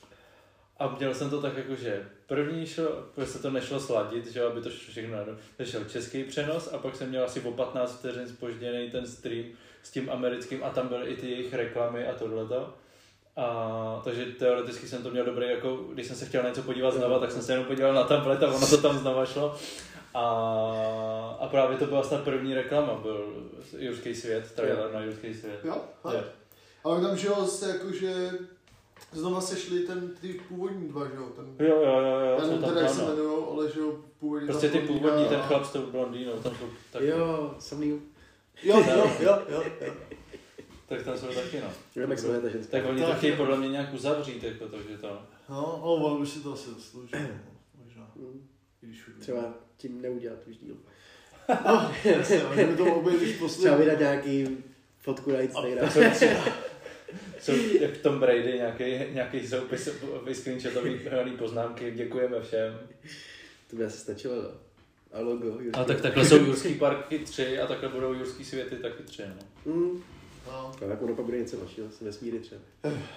A měl jsem to tak jako, že první šlo, prostě to nešlo sladit, že jo, aby to šlo všechno najednou. Takže šel český přenos a pak jsem měl asi o 15 vteřin spožděný ten stream s tím americkým a tam byly i ty jejich reklamy a tohleto. A, takže teoreticky jsem to měl dobrý, jako když jsem se chtěl na něco podívat znova, tak jsem se jenom podíval na tablet a ono to tam znova šlo. A, a právě to byla snad první reklama, byl Jurský svět, trailer na Jurský svět.
Jo? Ha?
Jo.
Ale tam, že jo, se jakože znova sešli ten, ty původní dva, že jo, ten,
Jo, jo, jo, jo,
já
jsou
nevím
tam
teda, jak se
tam, no.
jmenujou, ale že jo, původní
Prostě
ta
ty
blondýna
původní, ten
a-
chlap s tou blondýnou, tam jsou taky.
Jo, samý.
Jo, jo, jo, jo, jo.
Tak tam jsou taky, no.
Nevím, jak se jmenuje ta ženská.
Tak oni to
Tak,
chtějí
jo.
podle mě nějak uzavřít, jako to, že to...
No, ale ono by si to asi zasloužil, no, možná,
Hm,
i když uvidíme.
Třeba tím neudělat už díl.
No, jasně, můžeme to obejít už
Třeba
poslední.
vydat nějaký fotku na Instagram.
Jsou, jsou jak v Tom Brady nějaký, nějaký soupis vyscreenshotový hraný poznámky, děkujeme všem.
To by asi stačilo, no. A logo. Jurky.
A tak takhle jsou Jurský parky tři a takhle budou Jurský světy taky tři, no.
Hm,
No,
tak ono pak bude něco dalšího, z vesmíry třeba.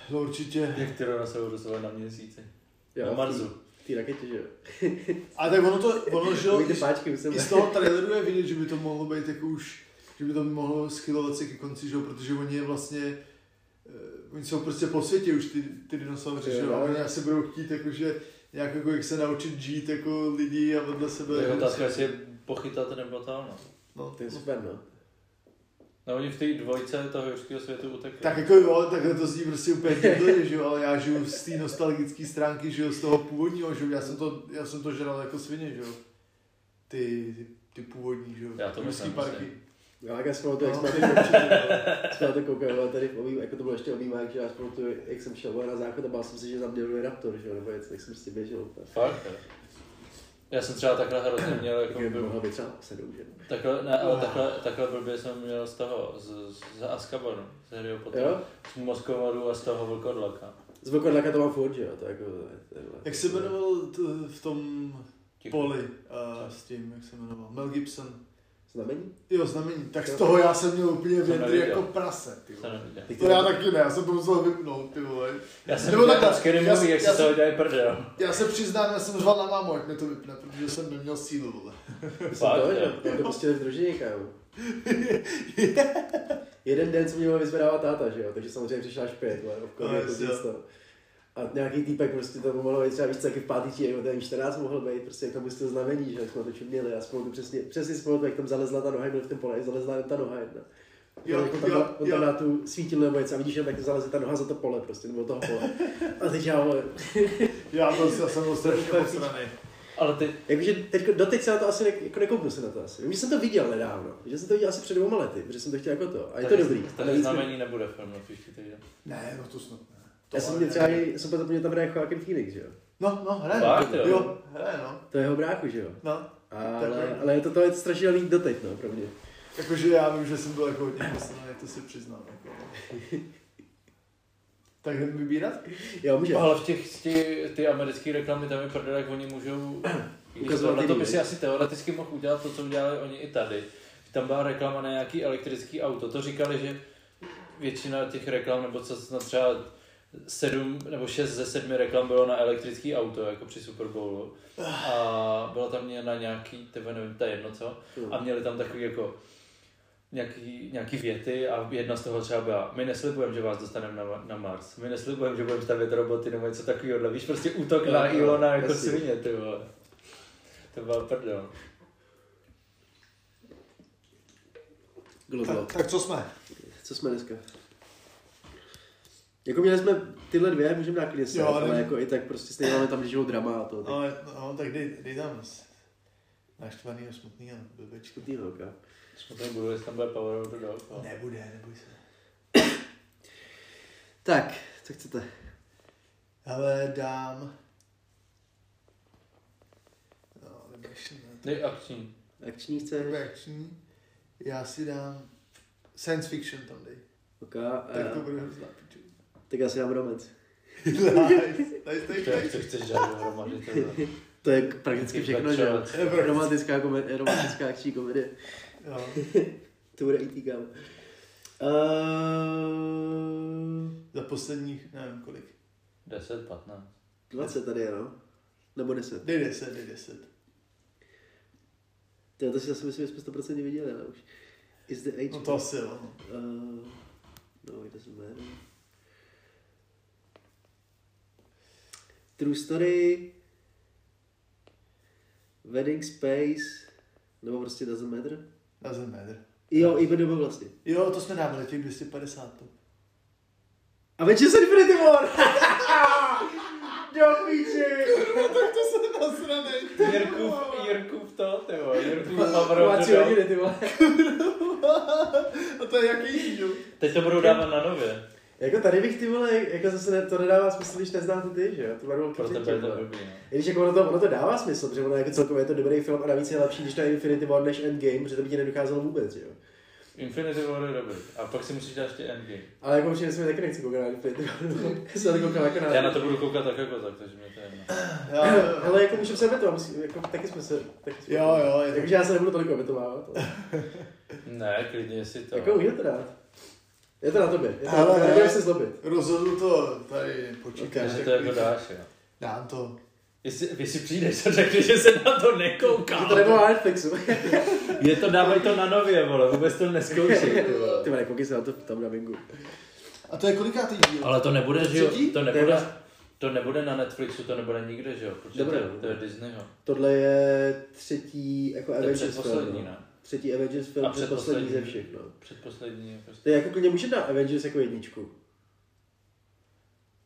no určitě.
Jak ty rona se budou dostávat na měsíci.
Jo,
na
v té-
Marsu.
v té raketě, že jo.
A tak ono to, ono, že jo,
Uvidíte
i z-
páčky, už jsem
i z toho traileru je vidět, že by to mohlo být jako už, že by to mohlo schylovat se ke konci, že jo, protože oni je vlastně, eh, oni jsou prostě po světě už ty, ty dinosauři, že jo, a oni asi budou chtít jakože nějak jako jak se naučit žít jako lidí a vedle
To
sebe.
je otázka, jestli je pochytat nebo to, no.
No,
To je super, no.
No oni v té dvojce toho Jurského světu utekli.
Tak jako jo, takhle to zní prostě úplně výborně, že jo, ale já žiju z té nostalgické stránky, že jo, z toho původního, že jo, já jsem to, já jsem to žral jako svině, že jo. Ty, ty, ty původní, že jo,
Já to
ruský
myslím,
parky.
Jo, jak já spolu to,
No,
jak jsme
ty určitě, no. jo.
jsme na to koukali, ale tady v obývá, jako to bylo ještě obývá, jak já spolu to, jak jsem šel vole, na záchod a bál jsem se, že za mě byl raptor, že jo, nebo něco, tak jsem si běžel. úplně.
Fakt, jo. Já jsem třeba takhle hrozně měl, jako
Tak by
byl,
mohla být třeba sedm, že jo.
takhle, ne,
Ah.
ale takhle, takhle blbě jsem měl z toho, z, z, z Azkabanu, z Harryho Pottera,
Jo?
z Moskovaru a z toho Vlkodlaka.
Z Vokodlaka to mám furt, že jo, to jako, to je- to je- to je-
Jak se jmenoval t- v tom
Ticho.
poli a s tím, jak se jmenoval, Mel Gibson.
Znamení?
Jo, znamení, tak z toho já jsem měl úplně
Jsem
vědry
neviděl.
jako prase, ty
To
vole.
neviděl.
Teď
To já taky ne, já jsem to musel vypnout, ty vole.
Já jsem
Nebo
viděl
takhle,
obskurní
já-
movie, jak
já
si toho dělají prdel.
Já se přiznám, já jsem řval na mámu, ať mi to vypne, protože jsem neměl sílu, vole.
jsem
Fakt,
to, že
jo.
jo, tam to prostě v družině, kámo. Jeden den, co mě měl vyzvedávat táta, že jo, takže samozřejmě přišel až pět, ale
No,
obchodně jako
jasně.
víc to. A nějaký týpek prostě to mohlo být třeba víc taky v pátý či, jako ten 14 mohl být, prostě jak tam musí to znamení, že jo, jak jsme to čuměli a spolu to přesně, přesně spolu to, jak tam zalezla ta noha, jak byl v tom pole, jak zalezla jenom ta noha jedna.
Jo,
Jo, on tam,
jo,
na, on
jo.
tam na tu svítil nebo něco a vidíš, jak tam zaleze ta noha za to pole prostě, nebo toho pole. A teď já, vole,
Já, to, já jsem byl strašně
Úplně
posraný.
Ale ty,
Jakože teď, doteď se na to asi ne, jako nekouknu se na to asi. Vím, že jsem to viděl nedávno, že jsem to viděl asi před dvěma lety, protože jsem to chtěl jako to. A je to
tady-
dobrý.
tady
Navíc-
znamení nebude film na příští týden.
Ne, no to snad ne. To
Já jsem
ale
mě
ne.
třeba, i- jsem potom měl tam hraje Joaquin Phoenix, že jo.
No, no, hraje.
Fakt,
no.
jo?
jo. hraje, no.
To je jeho bráchu, že jo.
No,
Ale,
Tak-
ale je to, to je strašně líp doteď, no, pro mě.
jakože já vím, že jsem byl jako hodně posraný, to si přiznám. Jako. tak jdem vybírat?
Jo, může.
Ale v těch, ty, ty americké reklamy tam je prdel, jak oni můžou...
Ukazovat
Ukazovat to by
lidi,
si
ne?
asi teoreticky mohl udělat to, co udělali oni i tady. Tam byla reklama na nějaký elektrický auto. To říkali, že většina těch reklam, nebo co snad třeba sedm nebo šest ze sedmi reklam bylo na elektrický auto, jako při Super Bowlu. A byla tam ně- na nějaký, tebe nevím, ta jedno co.
Hmm.
A měli tam takový jako nějaký, nějaký věty a jedna z toho třeba byla, my neslibujeme, že vás dostaneme na, na Mars, my neslibujeme, že budeme stavět roboty nebo něco takového, víš, prostě útok na
Jo, jo,
Ilona jako
jasně.
svině, ty vole. To byla prdel.
Globo.
No.
Tak, tak co jsme?
Co jsme dneska? Jako měli jsme tyhle dvě, můžeme dát klidně set,
Jo,
ale
nevím.
jako i tak prostě stejně máme tam, když žijou drama a to. Tak...
Ale, no, tak dej, dej tam s- naštvaný a smutný a blbečky.
Smutný holka.
Smutný budu, jestli tam bude Power of the Dog. no.
Nebude, neboj se.
Tak, co chcete?
Ale dám... No, vymýšlím.
Dej akční.
Akční chceš?
Nebo akční. Já si dám science fiction tam dej.
Ok, a...
Tak to bude hrozná piču.
eh, tak já si dám romance.
Nice, nice,
To
nice,
jak
nice.
to chceš žádnou hromadu, ty vole.
To je prakticky
Ty
všechno,
pečo,
že jo?
ty vole.
Romantická, komedie, romantická akční komedie.
Jo.
To bude IT, kámo. Eh, Uh,
Za posledních, nevím kolik.
10, 15.
20 tady je, no? Nebo 10.
Dej 10, dej 10.
To, to si zase myslím, že jsme 100% viděli, ale už. Is the age...
No to asi jo. no.
Uh, no, kde jsme? True Story, Wedding Space, nebo prostě Doesn't Matter.
Na zem metr.
Jo, i doba vlastně.
Jo, to jsme dávali těch 250. To.
A večer se Infinity War! Do píči!
to jsem nasranej.
Jirku, Jirku v to, ty vole. Jirku v Power of the
Domácí
Dog.
hodiny, ty vole.
A to je jaký díl?
Teď to budou dávat na nově.
Jako tady bych ty vole, jako zase ne, to nedává smysl, když neznáte ty, že jo? Tohle bylo
Pro tebe je to blbý, no.
I když jako ono to, ono to dává smysl, protože ono jako celkově je to dobrý film a navíc je lepší, když to je Infinity War než Endgame, protože to by ti nedocházelo vůbec, jo?
Infinity War je dobrý. A pak si musíš dát ještě Endgame.
Ale jako určitě jsme taky nechci koukat na Infinity War. Já jsem na to koukal jako na...
Já na to budu koukat tak jako tak, takže mě to je jedno.
Jo, jo, jo.
Ale jako můžeme se vetovat, musí, jako taky jsme se... Taky jsme
Jo, jo, je to-
Jakože já se nebudu tolik obetovávat. ale-
Ne, klidně si to.
Jako můžete dát. Je to na tobě, je to na
Ale-
tobě, nebudeme se zlobit.
Rozhodnu to tady počítač.
Takže to
takový-
jako dáš, jo.
Dám to.
Jestli, jestli přijdeš a řekneš, že se na to
Že
nekouká.
to nebylo na Netflixu.
Je to, dávaj to na nově, vole, vůbec to neskoušej. ty vole.
Ty vole, koukej se na to tam na Bingu.
A to je kolikátý díl?
Ale to nebude, že jo,
Třetí?
to
To je
nebude,
vlast-
to nebude na Netflixu, to nebude nikde, že jo, protože to,
Dobré.
je- to je Disneyho.
Tohle je třetí jako
To je
Avengers
předposlední,
film. no.
ne?
Třetí Avengers film,
A
předposlední ze
předposlední.
všech. No.
Předposlední je prostě.
To je jako klidně může dát Avengers jako jedničku.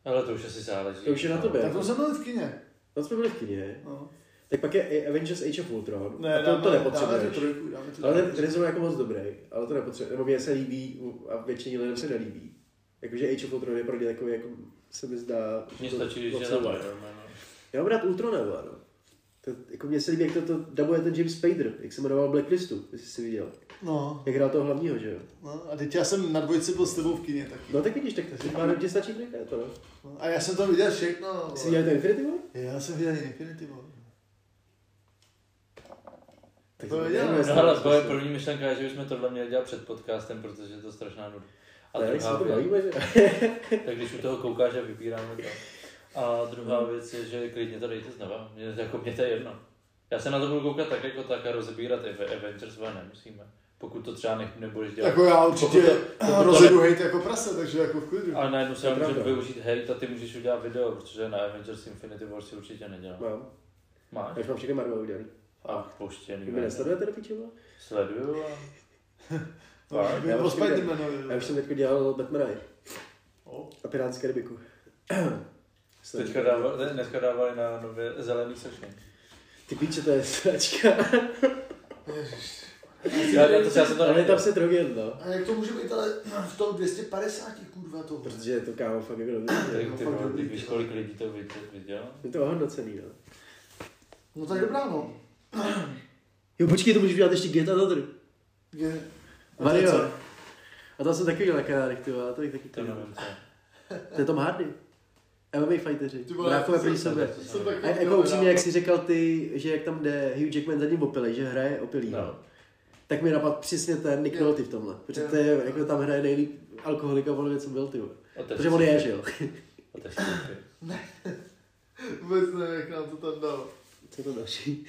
Ale to už asi záleží.
To už je na
No.
tobě.
Tak to jsem byl v kině.
Tam jsme byli v kině.
No.
Tak pak je i Avengers Age of Ultron.
Ne,
a to, to
dáme- Dáme
nepotřebuješ.
tu trojku, dáme tu
Ale ten,
trojku.
ten je zrovna jako moc dobrý, ale to nepotřebuje. Nebo mě se líbí a většině lidem se nelíbí. Jakože Age of Ultron je pro mě takový, jako se mi zdá... že
Mně
to
stačí, že je
moc
tam
dobré.
Iron Man. no.
Já mám rád Ultrona, vole, no. To, jako mně se líbí, jak to, to dabuje ten James Spader, jak se jmenoval Blacklistu, jestli jsi viděl.
No,
Jak hrál toho hlavního, že jo?
no, a teď já jsem na dvojce byl s tebou v kině taky.
No tak vidíš, tak to pár ti stačí trojka, je to no.
No, A já jsem to viděl všechno.
Jsi viděl ten Infinity War?
Já jsem viděl Infinity War.
Tak
To
to
viděl,
nevím,
no,
jestli
No, ale
to
moje
smysl.
první myšlenka je, že bychom tohle měli dělat před podcastem, protože je to strašná nuda. A
Ne, jak se
druhá
to
věc,
bavíme, že?
tak když u toho koukáš a vybíráme to. A druhá
Hmm.
věc je, že klidně to dejte znova. Mě, jako mě to je jedno. Já se na to budu koukat tak jako tak a rozebírat Ave- Avengers 2 nemusíme. Pokud to třeba ne, nebudeš dělat.
Jako já určitě
Pokud to- pokud to-
rozjedu hejt jako prase, takže jako v klidu.
Ale najednou se
To je
můžeš
pravda.
využít hejt a ty můžeš udělat video, protože na Avengers Infinity War si určitě nedělám.
Mám.
Máš?
Já už mám všechny Marvel udělaný.
A pouštěný.
Vy mě nesledujete do piče, vole?
Sleduju a...
No,
Fakt?
já
už
po
jsem viděl.
Spidermanovi.
Já už jsem teď dělal Batmana
No.
O.
a Pirátské rybiku.
Teďka dávali, dneska dávali na nově zelený session.
Ty píče, to je sračka.
Já, já, to, já jsem to
Ale
neviděl.
tam se drogy no. jedno.
A jak to může být ale v tom 250 kurva to?
Protože je to kámo fakt jako dobrý.
Tak ty vole, ty víš, kolik lidí to viděl? viděl?
Je to ohodnocený, no.
No tak dobrá no.
Jo, počkej, to můžeš udělat ještě Get Another.
Je,
Warrior. A tam jsem taky viděl na kanálech, ty vole, a to bych taky
To
viděl.
nevím, co.
To je Tom Hardy. MMA fighteři.
Ty vole,
Bráchové
to
proti
jsem-
sobě.
to jsem taky
A jako
viděl,
upřímně,
no.
jak jsi říkal ty, že jak tam jde Hugh Jackman za ním opilý, že hraje opilý.
No.
Tak mi napadl přesně ten Nick
Jo.
Nolte v tomhle. Protože to je, jako tam hraje nejlíp alkoholika, podle mě, co byl, ty vole.
Otevři
Protože on
si-
je, že jo.
otevři si.
Vůbec nevím, jak nám to tam dalo.
Co je to další?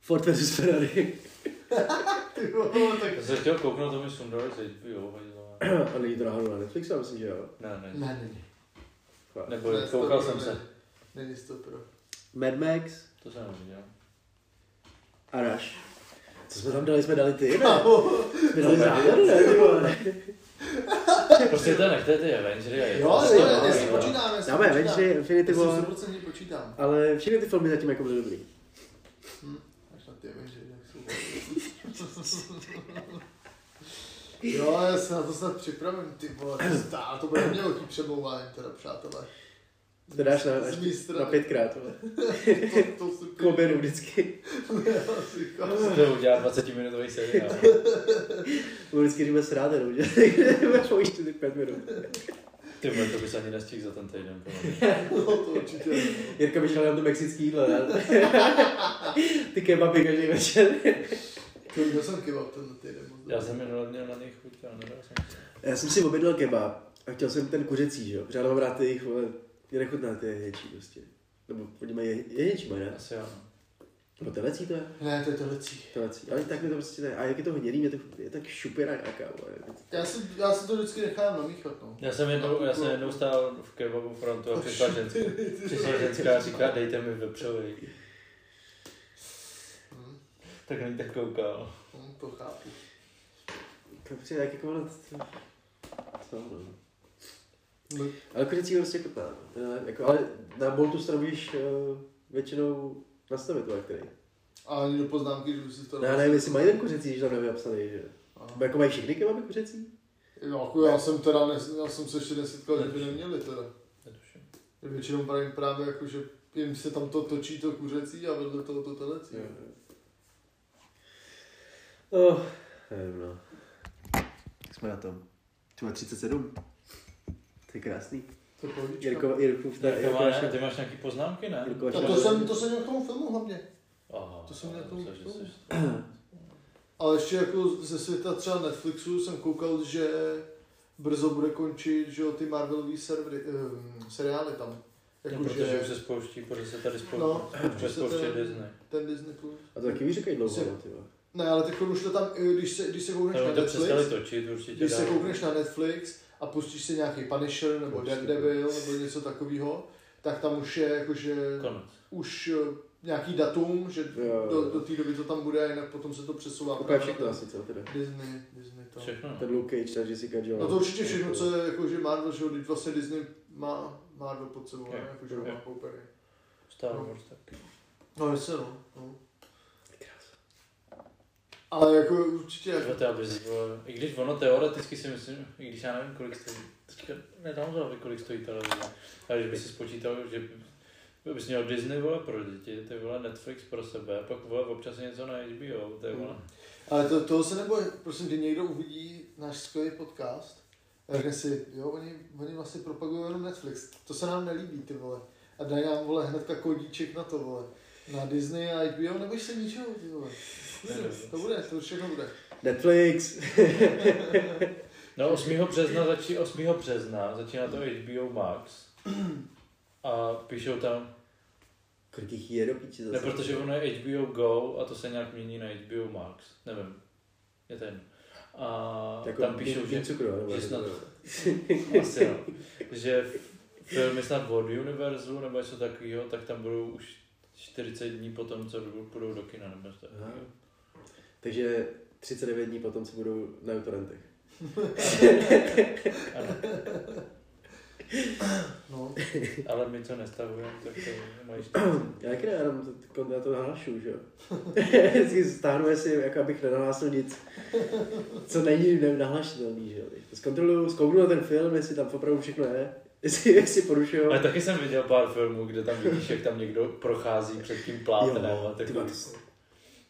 Ford versus Ferrari.
Ty Ty vole, no, tak...
Já jsem chtěl kouknout, to mi sundali z HBO, hodí to na-
A není to náhodou na Netflixu, já myslím, že jo.
no. Ne, ne.
Ne, není.
Fakt.
Nebo
Ne, to
koukal
ne,
jsem
ne.
se.
Není to pro.
Mad Max
To jsem neviděl.
a Rush. Co jsme tam dali, jsme dali ty, ne?
Kámo,
Jsme dali závěr, ne, ty vole.
Prostě to nechte ty Avengery a je
Jo,
to-
ale
jo,
to- já si
jo.
počítám, já si
Dáme
počítám.
Avengers, Infinity
Já si
War,
100% počítám.
ale všechny ty filmy zatím jako byly dobrý.
Až na ty Avengery, tak jsou. Jo, já se na to snad připravím, ty vole, stále, to bude mě velký přebouvání, teda, přátelé.
To dáš na,
Z mý
až
strany.
na pětkrát, vole.
To- to si-
Koberu vždycky.
Já si chápu.
To udělá 20 minutový seriál.
Budu vždycky říkat s ráda, nebo budeš pouštět ty pět minut.
Ty vole, to bys ani nestihl za ten týden. podle mě.
No, to určitě ne.
Jirka by šel na to mexický jídlo, ne? ty kebaby každý večer.
To já jsem kebab tenhle týden moc
Já
dobře.
jsem minulý měl na něj chuť, ale nedal jsem to.
Já jsem si objednal kebab a chtěl jsem ten kuřecí, že jo? Protože já mám rád ty jejich, vole, mě nechutná ty jehněčí prostě. Nebo oni mají je- jehněčí, mají, ne?
Asi jo. no.
Nebo telecí to je?
Ne, to je telecí.
Telecí. Ale tak mi to prostě ne. A jak je to hnědý, mě to chutí- je tak šupina nějaká, vole.
Já si, já si to vždycky nechám namíchat, no.
Já jsem jednou, já jsem jednou stál v kebabu frontu a přišla ženská. Přišla ženská a říká, dejte mi vepřový.
Hm,
Tak na ní tak koukal.
hm, to chápu.
To je prostě jak jako, vole, to- co, no.
No,
Ale kuřecí je prostě chutná, no. To je jako, ale na boltu si to nemůžeš eh, většinou nastavit, vole, který.
A ani do poznámky, že už si to...
No, já nevím, jestli mají ten kuřecí, že tam nevím napsaný, že jo.
Aha.
Nebo jako mají všechny kebaby kuřecí?
Jo, jako já jsem teda, ne, já jsem se ještě nesetkal, že by neměli teda.
Netuším.
Většinou právě, právě jako, že jim se tam to točí to kuřecí a vedle toho to telecí.
Jo. Oh, nevím, no.
Jak jsme na tom?
Ty má 37. To je krásný.
To je pohodička.
Jirko, Jirku, v té,
Tak to
Jirko,
má,
až
ne? Ty máš nějaký poznámky, ne?
Jirko, až
A to jsem, to jsem měl k tomu filmu hlavně.
Aha,
to jsem měl k tomu
myslel, že
tomu.
jsi-
Jako, Ale ještě jako ze světa třeba Netflixu jsem koukal, že brzo bude končit, že jo, ty Marvelový servery, um, seriály tam.
No,
Jako,
protože už
že
se spouští, protože se tady spouští.
No,
protože
se to-
spouští Disney.
ten Disney Plus.
A to taky víš, říkají dlouho,
Jsi-
no, ty vole.
Ne, ale teď už to tam, i když se, když se koukneš
Nebo
na
to přestali
Netflix,
točit určitě.
Když se
dávno.
koukneš na Netflix a pustíš si nějaký Punisher nebo
Určitě.
Daredevil nebo něco takového, tak tam už je jakože
Konec.
už eh, nějaký datum, že
Jo.
do, do té doby to tam bude, jinak potom se to přesouvá.
Úplně
právě
všechno
na
asi, co teda.
ten Disney, Disney to.
Všechno.
Ten Luke Cage, ta Jessica Jones.
No to určitě všechno, co je jakože Marvel, že jo, teď vlastně Disney má Marvel pod sebou, ne?
Jo.
jakože ho
Jo.
má koupený.
Star Wars taky.
No jasně no, no. Ale jako určitě
Tyhle,
jako...
to já bych zvolil. I když ono teoreticky si myslím, i když já nevím, kolik stojí, teďka nedám za kolik stojí televize, ale když by si spočítal, že by- bys měl Disney vole pro děti, ty vole Netflix pro sebe, a pak vole občas něco na HBO, ty vole.
Ale to, toho se neboj, prosím tě, někdo uvidí náš skvělý podcast a řekne si, jo, oni, oni vlastně propagují jenom Netflix, to se nám nelíbí, ty vole. A dají nám, vole, hnedka kodíček na to, vole. Na Disney a HBO, neboj se ničeho, ty vole. To bude, to všechno bude.
Netflix.
No 8. března, začí, 8. března začíná to HBO Max a píšou tam,
Kolik jich je do píči
ne
zase?
protože ono je HBO Go a to se nějak mění na HBO Max, nevím, je to jedno. A
Jako
tam píšou,
vin-
že
vin cukru, nebo
že
jak to
snad-
bylo.
Asi no. Že v- filmy snad od Univerzu nebo něco takového, tak tam budou už 40 dní po tom, co budou- půjdou do kina nebo něco
Aha.
takového.
Takže 39 dní potom, co budou na torrentech.
Ano.
No,
Ale my to nestavujeme, tak to mají 40.
Já taky ne, já jenom to, to- já to nahlašu, že jo. Vždycky stáhnu, jestli jako abych nenahlásil nic, co není nenahlašitelný, že jo. To zkontroluju, zkouknu na ten film, jestli tam opravdu všechno je, jestli, jestli porušuju.
Ale taky jsem viděl pár filmů, kde tam vidíš, jak tam někdo prochází před tím plátnem.
Jo,
a
ty má
takový.
to-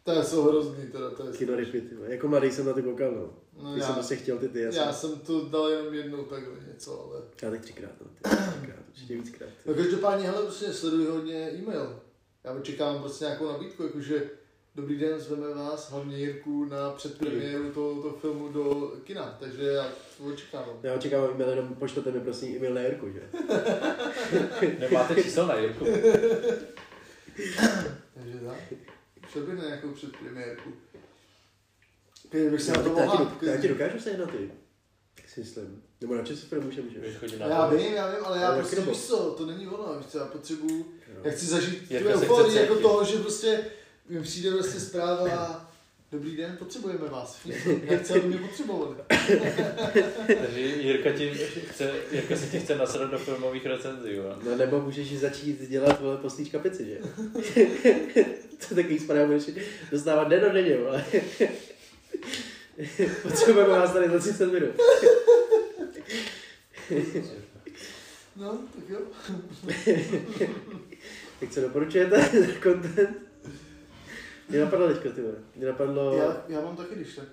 to jsou hrozný, teda, to je...
Kino Rippy, ty vole. jako mladý jsem na to koukal, no.
No,
Když jsem
já,
prostě chtěl ty ty, já,
já
jsem,
jsem to dal jenom jednou takhle něco, ale...
já tak třikrát, no, ty, třikrát, určitě víckrát.
No každopádně, hele, prostě sleduji hodně e-mail. Já očekávám prostě nějakou nabídku, jakože dobrý den, zveme vás, hlavně Jirku, na předpremiéru tohoto filmu do kina, takže já to očekávám.
Já očekávám e-mail, jenom pošlete mi prosím e-mail na Jirku, že?
Nemáte číslo na Jirku?
Takže tak, šel bych na nějakou předpremiérku. Pěkně bych se
Já
na to
ti- já ti-
mohl
Já ti dokážu sehnat ty. Tak si myslím. Nebo na ČSFD můžeme, že?
Budeš chodit na
Já
to.
vím, já vím, ale já
Ale
prostě
taky
víš co, to není ono, víš co, já potřebuju No. Já chci zažít tu
Jirka se chce
euforii jako
cítit.
toho, že prostě mi přijde prostě zpráva Dobrý den, potřebujeme vás. Jak se mě potřebovali.
Takže Jirka, ti chce, Jirka se ti chce nasrat do filmových recenzí, jo.
No nebo můžeš i začít dělat vole poslíčka pici, že? to takový zpráv budeš dostávat den od denně, ale potřebujeme vás tady za 30 minut.
No, tak jo.
Tak co doporučujete za content? Mě napadlo teďko, ty vole. Mě napadlo...
Já, já mám taky když tak.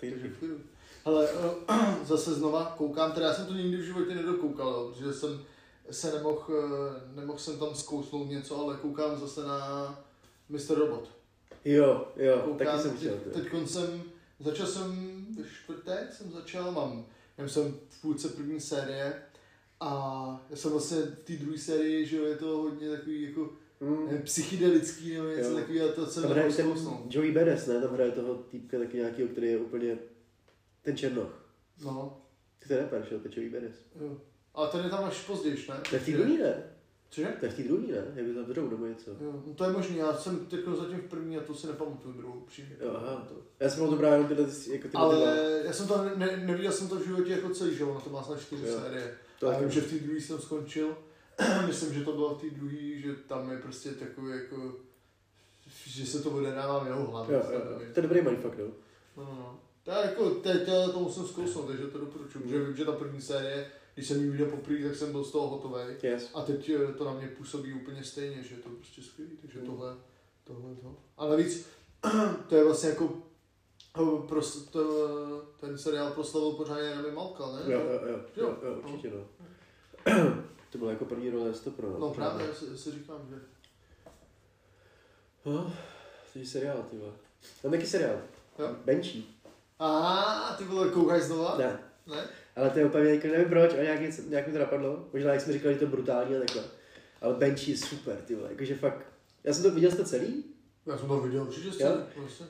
Takže v klidu. Hele, eh, zase znova koukám, teda já jsem to nikdy v životě nedokoukal, protože jsem se nemohl, eh, nemohl jsem tam zkousnout něco, ale koukám zase na Mr. Robot.
Jo, jo,
Koukám,
taky jsem chtěl.
teď,
ty vole.
teď jsem, začal jsem ve čtvrtek, jsem začal, mám, já jsem v půlce první série a já jsem vlastně v té druhé sérii, že jo, je to hodně takový jako
Mm.
nevím, psychedelický nebo něco
Jo.
takového, a to jsem
Tam hraje
nemohl
ten
zkousnout.
Joey Beres, ne? Tam hraje toho týpka taky nějakýho, který je úplně... Ten Černoch.
No,
Ty to je rapper, že jo? To je Joey Beres.
jo. Ale ten je tam až později, ne?
To je v té druhý, ne?
Cože?
To je v té druhý, ne? Jak by tam drou nebo něco.
Jo, no to je možný, já jsem teď zatím v první a to si nepamatuju druhou přímě.
Jo, aha, to. Já jsem měl to právě jenom tyhle, jako tyhle dva.
Ale já jsem to, ne, ne- neviděl jsem to v životě jako celý, že ono to má snad čtyři
Jo.
série.
To
a
je
vím,
to.
že v té druhé jsem skončil. Myslím, že to bylo v té druhé, že tam je prostě takový jako, že se to odehrává v jeho hlavě.
Jo,
snad,
jo,
nevím.
jo. To je dobrý mindfuck, no.
No, no, no. Tak jako teď ale to musím zkousnout, takže to
Mm.
doporučuji, protože vím, že ta první série, když jsem ji viděl poprvé, tak jsem byl z toho hotový.
Yes.
A teď eh, to na mě působí úplně stejně, že je to prostě skvělý, takže
Mm.
tohle, tohle to. A navíc to je vlastně jako eh, pros, to, ten seriál proslavil pořádně Remy Malka, ne?
Jo, jo, jo, jo, jo, určitě, no. To bylo jako první role 100 pro.
No právě, já si, já si říkám, že
No, to je seriál, ty vole. Tam taky seriál.
Jo.
Benčí.
Aha, ty vole, koukáš znova?
Ne.
Ne?
Ale to je úplně, jako nevím proč, ale nějak, něco- nějak mi to napadlo. Možná jak jsme říkali, že to je brutální a takhle. Ale Benji je super, ty vole. Jakože fakt, já jsem to viděl, jste celý?
Já jsem to viděl určitě
Jo.
jste, vlastně.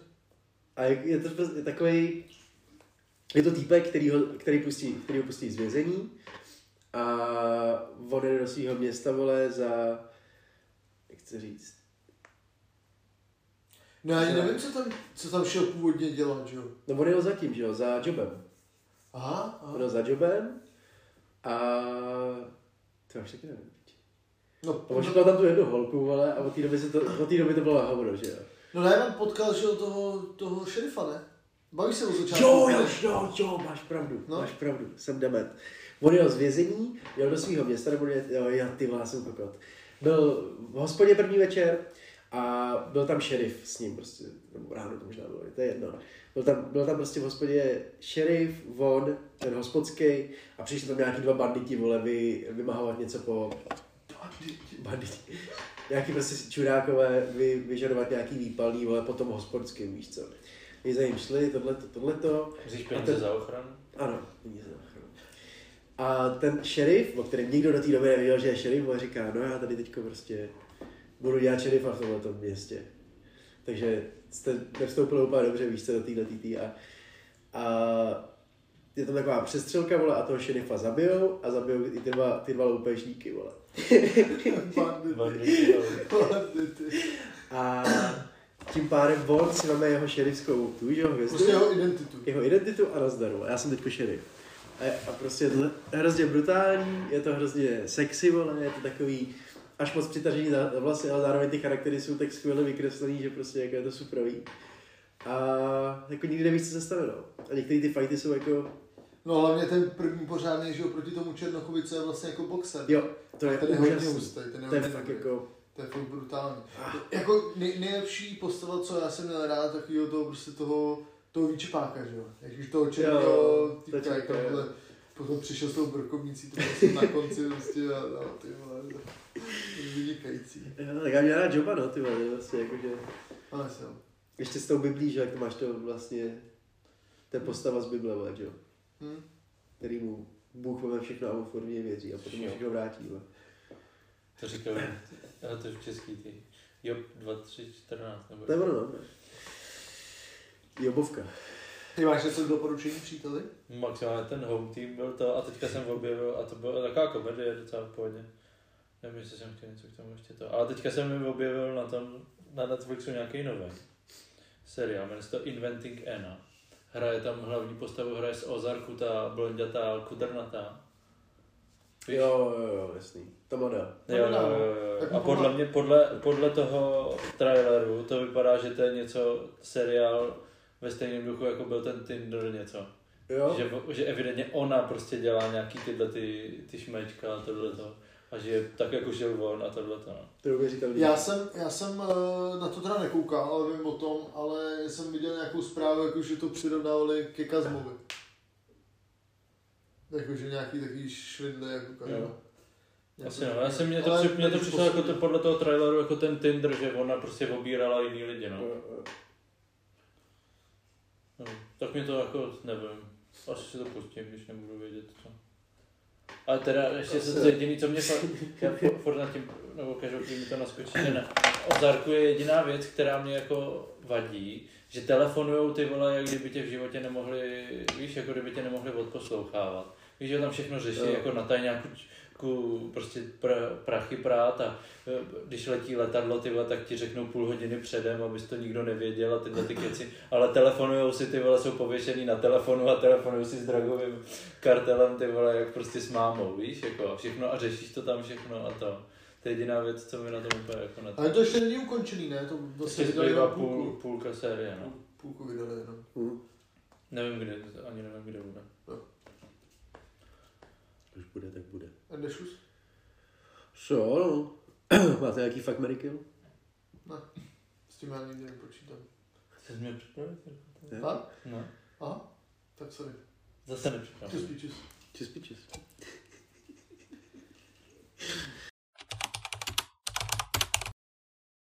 A je, je to prostě- je takový, je to týpek, který, ho, který, pustí, který ho pustí z vězení a on jde do svého města, vole, za, jak chci říct,
No já ani
Jo.
nevím, co tam, co tam šel původně dělat, že jo?
no on jel zatím, že jo, za jobem.
Aha, aha.
On jel za jobem a, to já už taky nevím.
No,
A on tam tu jednu holku, vole, a od té doby, se to, od té doby to bylo na hovno, že jo.
no já vám potkal, že jo, toho, toho šerifa, ne? Bavíš se o začátku?
Jo,
ne?
jo, jo, jo, máš pravdu,
No.
no. máš pravdu, jsem demet. On jel z vězení, jel do svého města, nebo je, jo, já ty vole, já jsem kokot. Byl v hospodě první večer a byl tam šerif s ním prostě, nebo ráno to možná bylo, to je jedno. Byl tam, byl tam prostě v hospodě šerif, on, ten hospodský a přišli tam nějaký dva banditi, vole, vy, vymahovat něco po, banditi. Nějaký prostě čurákové vy, vyžadovat nějaký výpalný, vole, potom hospodským, víš co. My za ním šli, tohleto, tohleto.
Musíš
A
peníze
ten-
za ochranu?
Ano, peníze na ochranu. A ten šerif, o kterém nikdo do té doby nevěděl, že je šerif, on říká, no já tady teďko prostě budu dělat šerifa v tomhle městě. Takže jste nevstoupil úplně dobře, víš co, do téhle tý a, a je tam taková přestřelka, vole, a toho šerifa zabijou a zabijou i ty dva, ty dva loupešníky, vole.
Bandity.
Bandití, jo.
Bandity.
A tím pádem on si máme jeho šerifskou tu, že jo, hvězdu.
Prostě jeho identitu.
jeho identitu a rozdaru. A já jsem teď šerif. A, a prostě je to hrozně brutální, je to hrozně sexy, vole, je to takový až moc přitažení za za vlasy, ale zároveň ty charaktery jsou tak skvěle vykreslený, že prostě jako je to superový. A jako nikdy nevíš, co se stane, no. A některé ty fighty jsou jako,
No hlavně ten první pořádný, že jo, proti tomu Černochovi, co je vlastně jako boxer.
jo, to je
Ten je hodně
úžasný.
hustý, ten je
To je
hodně
fakt
dobrý.
jako,
To je fakt brutální. Jako nej, nejlepší postava, co já jsem měl rád, takovýho toho prostě toho, toho výčepáka, že jo. Jakýž toho černého
Jo, to
týpka, jak tam
černého.
byly, potom přišel s tou brkovnicí, to bylo na konci prostě a, a ty vole, to je vynikající.
jo, tak já měl rád Joba, no, ty vole, to je vlastně jakože,
Ale jsem.
ještě s tou Biblí, že jak to máš to vlastně, to je postava z Bible, vole, že jo.
Hm?
který mu Bůh ve všechno a on furt v něj věří a potom mu
Jo.
všechno vrátí. vole.
To říkal, ale to je v český ty. Job 2314 nebo...
To je ono, no. Jobovka.
Ty máš něco k doporučení, příteli?
Maximálně ten home team byl to a teďka jsem objevil a to byla taková komedie docela v pohodě. Nevím, jestli jsem chtěl něco k tomu ještě to. Ale teďka jsem objevil na tom, na Netflixu nějaký nový seriál, jmenuje se to Inventing Anna. Hraje tam hlavní postavu, hraje z Ozarku ta blondětá, kudrnatá.
Jo, jo, jo, jasný. Ta mladá.
Jo, jo, jo, jo. A podle mě, podle, podle toho traileru to vypadá, že to je něco seriál ve stejném duchu, jako byl ten Tinder něco.
Jo?
Že, že evidentně ona prostě dělá nějaký tyhle ty, ty šmečka a tohleto. A že je tak jako žil on a tohleto. No.
To je říkal lidi.
Já jsem, já jsem eh, na to teda nekoukal, ale vím o tom, ale jsem viděl nějakou zprávu, jako že to přirovnávali ke Kazmovi. Jakože nějaký takový švindle jako Kazma.
Jo. Asi no, já jsem mě to, při, mě to přišlo jako to podle toho traileru, jako ten Tinder, že ona prostě obírala jiný lidi, no.
Jo, jo.
no. Tak mě to jako, nevím, asi si to pustím, když nebudu vědět co. Ale teda ještě
Asi
se
jo.
to jediný, co mě fakt, já furt- furt nad tím, nebo každopádně mi to naskočí, že na Ozarku je jediná věc, která mě jako vadí, že telefonujou ty vole, jak kdyby tě v životě nemohli, víš, jako kdyby tě nemohli odposlouchávat. Víš, že tam všechno řeší,
Jo.
jako na tajňáku ku prostě pr, prachy prát a eh, když letí letadlo, ty vole, tak ti řeknou půl hodiny předem, abys to nikdo nevěděl a tyhle ty keci. Ale telefonujou si, ty vole, jsou pověšený na telefonu a telefonují si s drogovým kartelem, ty vole, jak prostě s mámou, víš, jako a všechno a řešíš to tam všechno a to. To je jediná věc, co mi na tom úplně jako na
Ale to ještě není ukončený, ne? To vlastně
Ještě
vydali
zbývá
jenom
půl,
půlku.
půlka série, no.
Půlku vydali jenom.
Hm.
Nevím kde, ani nevím kde bude.
Když bude, tak bude.
A Dešus?
Co, no. Máte nějaký fuck Mary Kill?
S tím já nikdy nepočítám.
Jsi mě připravil?
A?
No.
Aha, tak sorry.
Zase
Čus,
nepřipravil.
čus.
Čis pičis.